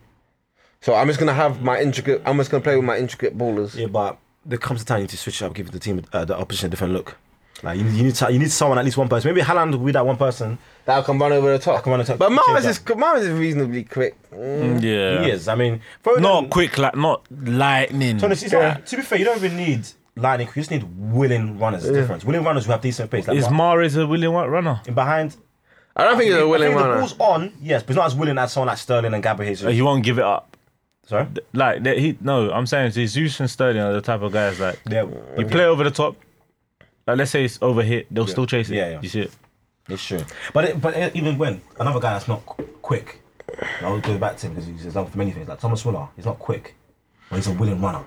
So I'm just gonna have my intricate. I'm just gonna play with my intricate ballers. Yeah, but there comes a time you need to switch up, give the team uh, the opposition a different look. Like you, you need to, you need someone at least one person. Maybe Haaland will be that one person. That'll come run over the top. can run over the top. But Mahrez Change is Mahrez is reasonably quick. Mm. yeah, He is. I mean, Foden- not quick like not lightning. Honestly, it's not- to be fair, you don't even need lightning. You just need willing runners. It's different. Willing runners who have decent pace. Like Is Mar- Mahrez a willing white runner? in behind. I don't think he's a willing I think the runner. ball's on, yes, but it's not as willing as someone like Sterling and Gabriel Jesus. He won't give it up. Sorry, Like that he no, I'm saying Jesus and Sterling are the type of guys like yeah, you play over the top. Like let's say it's overhit, they'll still chase it. Yeah, yeah. You see it. it's true. But it, but it, even when another guy that's not qu- quick, I always go back to him because he's example for many things. Like Thomas Muller, he's not quick, but he's a willing runner.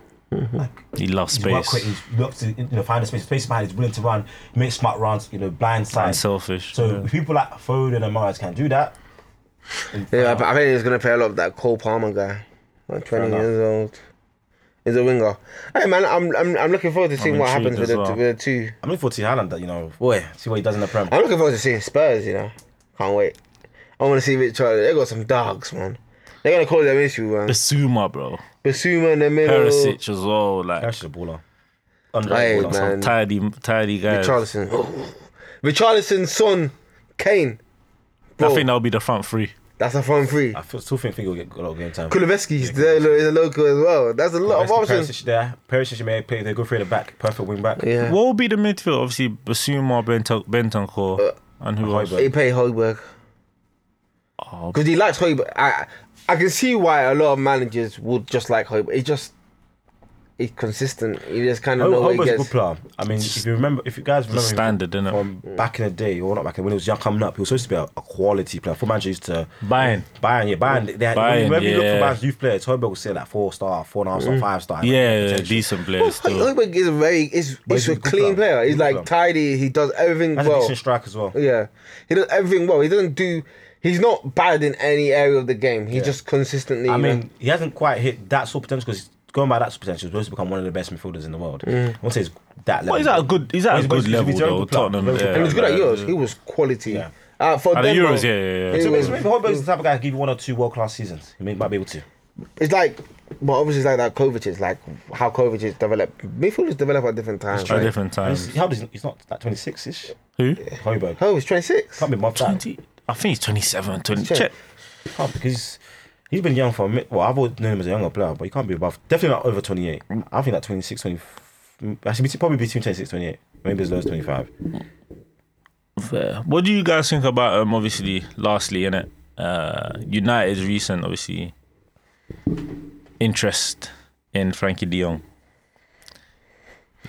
Like He loves He's well Mm-hmm. space. quick. He's loves to you know, find the space. Space behind. He's willing to run. Make smart runs. You know, blind side. And selfish. So yeah. people like Foden and Mars can do that. Yeah, but I think he's gonna play a lot of that Cole Palmer guy. Like 20 enough. years old. He's a winger. Hey man, I'm I'm, I'm looking forward to seeing what intrigued happens with as the, well. with the two. I'm looking forward to Haaland, you know, boy, see what he does in the Prem. I'm looking forward to seeing Spurs, you know. Can't wait. I want to see Rich Charlie. They got some dogs, man. They're going to cause them issue, man. Basuma, bro. Basuma in the middle. Perisic as well. Like Actually, a baller. Under Hey, baller. man. tidy tidy guys. Richarlison. Richarlison, Son, Kane. Bro, I think that'll be the front three. that's a front three. I feel, still think Figo will get a lot of game time. Kuliveski's there is a local as well. That's a lot of Rest in options. Perisic there. Perisic may play. They go through the back. Perfect wing back. Yeah. What will be the midfield? Obviously Basuma, Bento- Bentancur, Uh, and who else? Hoiberg. He paid Hoiberg. Oh, Because he likes Hoiberg. I, I can see why a lot of managers would just like Hoiberg. He just... He's consistent. He just kind of know Hoiberg's what he Oh, a good gets. player. I mean, if you remember, if you guys remember him standard, innit? from back in the day, or not back in, when he was young coming up, he was supposed to be a, a quality player. For Manchester used to Bayern. Bayern, yeah, Bayern. They had, Bayern, whenever you look yeah. for Bayern's youth players, Hoiberg was say like four star, four and a half star, five star. yeah, yeah, potential. decent players still. Hoiberg is a very is he's he's a a good clean player. player. He's Good player. like tidy. He does everything That's a well. decent strike as well. Yeah, he does everything well. He doesn't do. He's not bad in any area of the game. He's just consistently. I mean, he hasn't quite hit that sort of potential because going by that potential, he's supposed to become one of the best midfielders in the world. I won't say he's that Mm. level. Well, he's at a good, he's at a Well, he's good basically- level he's very though. good player. Tottenham, Very good yeah, player. He was good at like, Euros. He was quality. Uh, for At the them, Euros, though, yeah, yeah, yeah. he So was- Maybe Holberg's Mm. the type of guy who give you one or two world class seasons. He may might be able to. It's like, well, obviously, it's like that Kovacic, like how Kovacic developed. Midfielders develop at different times. At Right? different And He's, times. how old is he? he's not that twenty six ish. Who? Holberg Oh, he's 26. can't be much that. 20, I think he's 27, 20. Check. Check. Can't because he's- he's been young for a minute. Well, I've always known him as a younger player, but he can't be above. Definitely not over twenty eight. I think like 26, 20. mm, Actually, bet- probably between 26, 28. Maybe as low as twenty five. Fair. What do you guys think about um obviously lastly in it uh United's recent obviously interest in Frankie De Jong?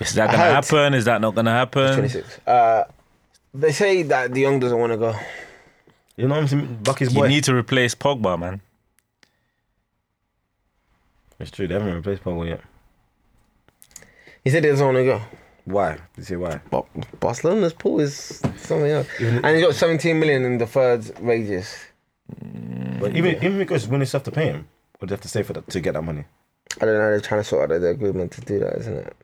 Is that gonna heard- happen? Is that not gonna happen? 26. Uh, they say that De Jong doesn't want to go. You know what I'm saying? Bucky's You boy. need to replace Pogba, man. it's true. They haven't replaced Pogba yet. He said he doesn't want to go. Why? Did you say why? But Barcelona's pool is something else. And he's got 17 million in deferred wages. But even even because when they have to pay him, or they have to save for that to get that money. I don't know, they're trying to sort out the agreement to do that, isn't it?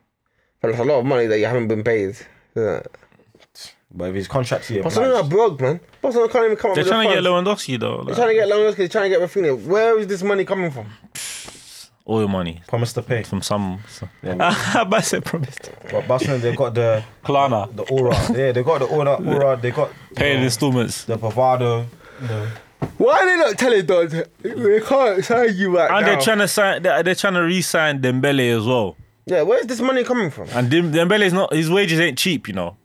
But it's a lot of money that you haven't been paid. isn't it? But if his contract's here, Barcelona are like, broke, man. Barcelona can't even come up They're with trying to the get funds. Lewandowski though. Like, They're trying to get Lewandowski, they're trying to get Rafinha. Where is this money coming from? oil money promise to pay. from some. Yeah, I said promised. But Barcelona, they've got the Klarna the aura. Yeah, they got the aura. aura they got paying installments. the bravado. Why are they not telling Dante? We can't sign you right And now. they're trying to sign. They're, they're trying to re-sign Dembele as well. yeah, where's this money coming from? And Dem- Dembele's not. His wages ain't cheap, you know.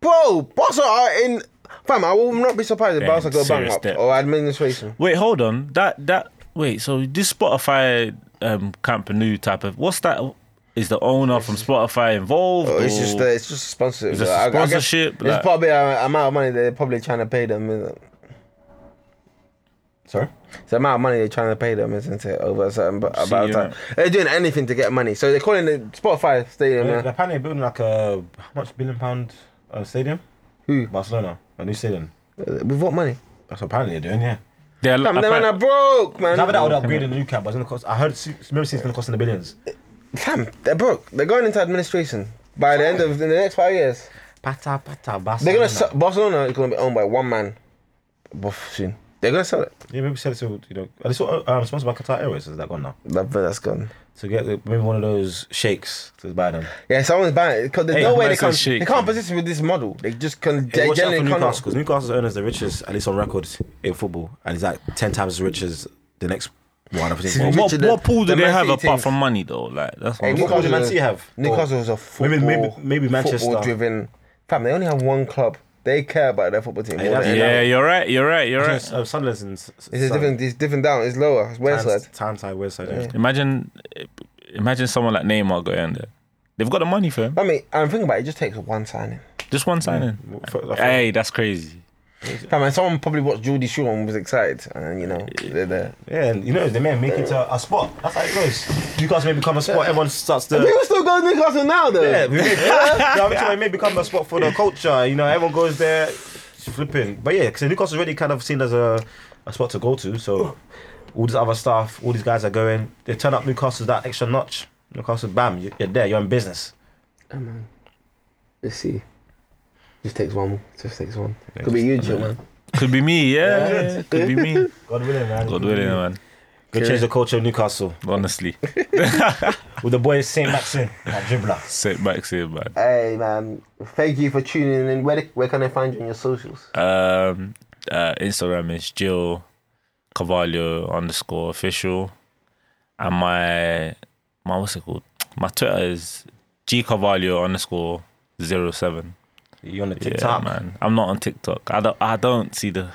Bro, Barca are in. Fam, I will not be surprised if They're Barca in go serious bankrupt debt. or administration. Wait, hold on. That that wait. So this Spotify um Camp Nou type of what's that? Is the owner from Spotify involved? It's or- just uh, it's just sponsorship. It's just I- I guess sponsorship, It's like- probably an amount of money they're probably trying to pay them. Isn't it? Sorry. It's the amount of money they're trying to pay them, isn't it? Over a certain bu- amount you of time, they're doing anything to get money. So they're calling the Spotify stadium. They're yeah. apparently building like a how much billion pound uh, stadium? Who? Barcelona, a new stadium. With what money? That's what apparently they're doing. Yeah. they're Fam, appa- they man are broke, man. Now that would upgrade the new camp, but it's gonna cost. I heard remember it's gonna cost in the billions. Fam, they're broke. They're going into administration by the end of in the next five years. Pata pata They're Barcelona. gonna sell, Barcelona is gonna be owned by one man. Buff soon. They're gonna sell it. Yeah, maybe sell it to you know. Are they sort of, um, sponsored by Qatar Airways? Is that gone now? That, that's gone. So get the- maybe one of those shakes to buy them. Yeah, someone's buying it because there's Hey, no way they nice can't. and chic. They can't persist with this model. They just can. Hey, they watch out for generally Newcastle can't. because Newcastle's earners the richest, at least on record, in football, and he's like ten times as rich as the next one. I think. See, Well, But what what, Richard, the- what pool do the they Man have City apart teams. from money though? Like that's what Hey, I'm- what Newcastle club did Man is a- City have? Newcastle is a Maybe- football, maybe- maybe Manchester. driven. Fam, they only have one club. They care about their football team. Hey, more that's- than yeah. yeah, you're right. You're right. You're right. Uh, Sunderland's in s- It's a Sun- different. It's different down. It's lower. It's Times- Westside. Times high Westside. Yeah. Imagine, imagine someone like Neymar going there. They've got the money for him. I mean, I'm thinking about it. It just takes one signing. Just one signing. What- for- for- Hey, that's crazy. Fam, and someone probably watched Jordy Shaw and was excited, and then, you know they're there. Yeah, and you know they may make it to a spot. That's how it goes. You guys may become a spot. Everyone starts to. People still go to Newcastle now, though. Yeah, we may, yeah, I'm trying to maybe become a spot for the culture. You know, everyone goes there, flipping. But yeah, because Newcastle's already kind of seen as a, a spot to go to. So all this other stuff, all these guys are going. They turn up Newcastle that extra notch. Newcastle, bam, you- you're there. You're in business. Let's see. Just takes one. Just takes one. Could be huge, man. Could be me. Yeah, yeah, could be me. God willing, man. God willing, man. Go change the culture of Newcastle Honestly, with the boy Saint Maxim, that dribbler. sit back, sit back. Hey, man. Thank you for tuning in. Where, where can I find you on your socials? Um, uh, Instagram is Jill Carvalho underscore official, and my my what's it called? My Twitter is G Carvalho underscore zero seven. You on the Yeah, TikTok, man. I'm not on TikTok. I don't. I don't see the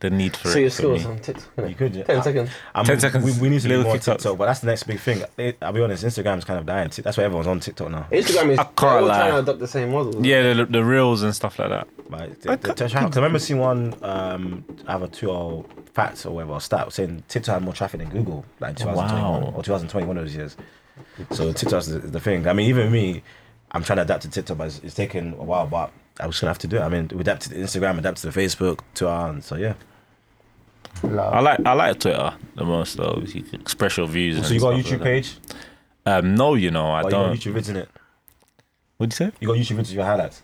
the need for So it. your for scores me. on TikTok. innit? You could, yeah. Ten I- seconds. I'm, 10 seconds. We, we need to do Little more TikToks. TikTok, but that's the next big thing. It- I'll be honest, Instagram's kind of dying. Ti- That's why everyone's on TikTok now. Instagram is. they're I can't all lie. trying to adopt the same model. Yeah, the, the reels and stuff like that. Like, the, the, the traffic- 'cause I remember seeing one um, have a two or facts or whatever stat saying TikTok had more traffic than Google like Oh, 2021 Wow. or 2020, one of those years. So TikTok's the, the thing. I mean, even me, I'm trying to adapt to TikTok, but it's, it's taken a while. But I was gonna have to do it. I mean, we adapt to the Instagram, adapt to the Facebook, to our own. So yeah, I like I like Twitter the most though. because You can express your views. and So you got a YouTube stuff like that. page? Um, no, you know I Like, Oh, you got don't. YouTube vids in it. What'd you say? You got YouTube vids of your highlights.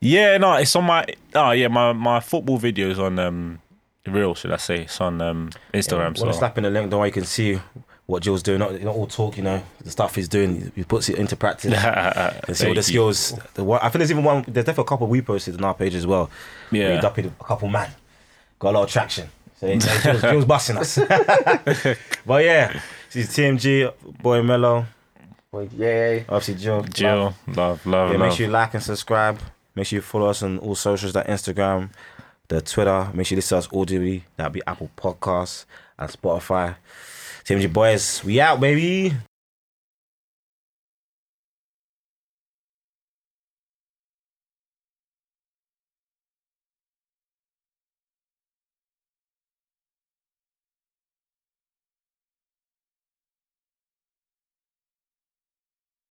Yeah, no, it's on my. Oh yeah, my my football videos on um, real should I say? It's on um Instagram. so Wanna slap in the link, though, you can see what Jill's doing. Not, not all talk, you know, the stuff he's doing. He puts it into practice and see Thank all the you. skills. The one, I think there's even one. There's definitely a couple we posted on our page as well. Yeah. we adopted a couple man, got a lot of traction. So you know, Jill's, Jill's busting us. but yeah, she's TMG boy Mello, Well, yay. obviously Jill. Love. Jill, love, love, love. Yeah, make sure you like and subscribe. Make sure you follow us on all socials, that Instagram, the Twitter. Make sure you listen to us audibly. That'll be Apple Podcasts and Spotify. TMG Boys, we out, baby.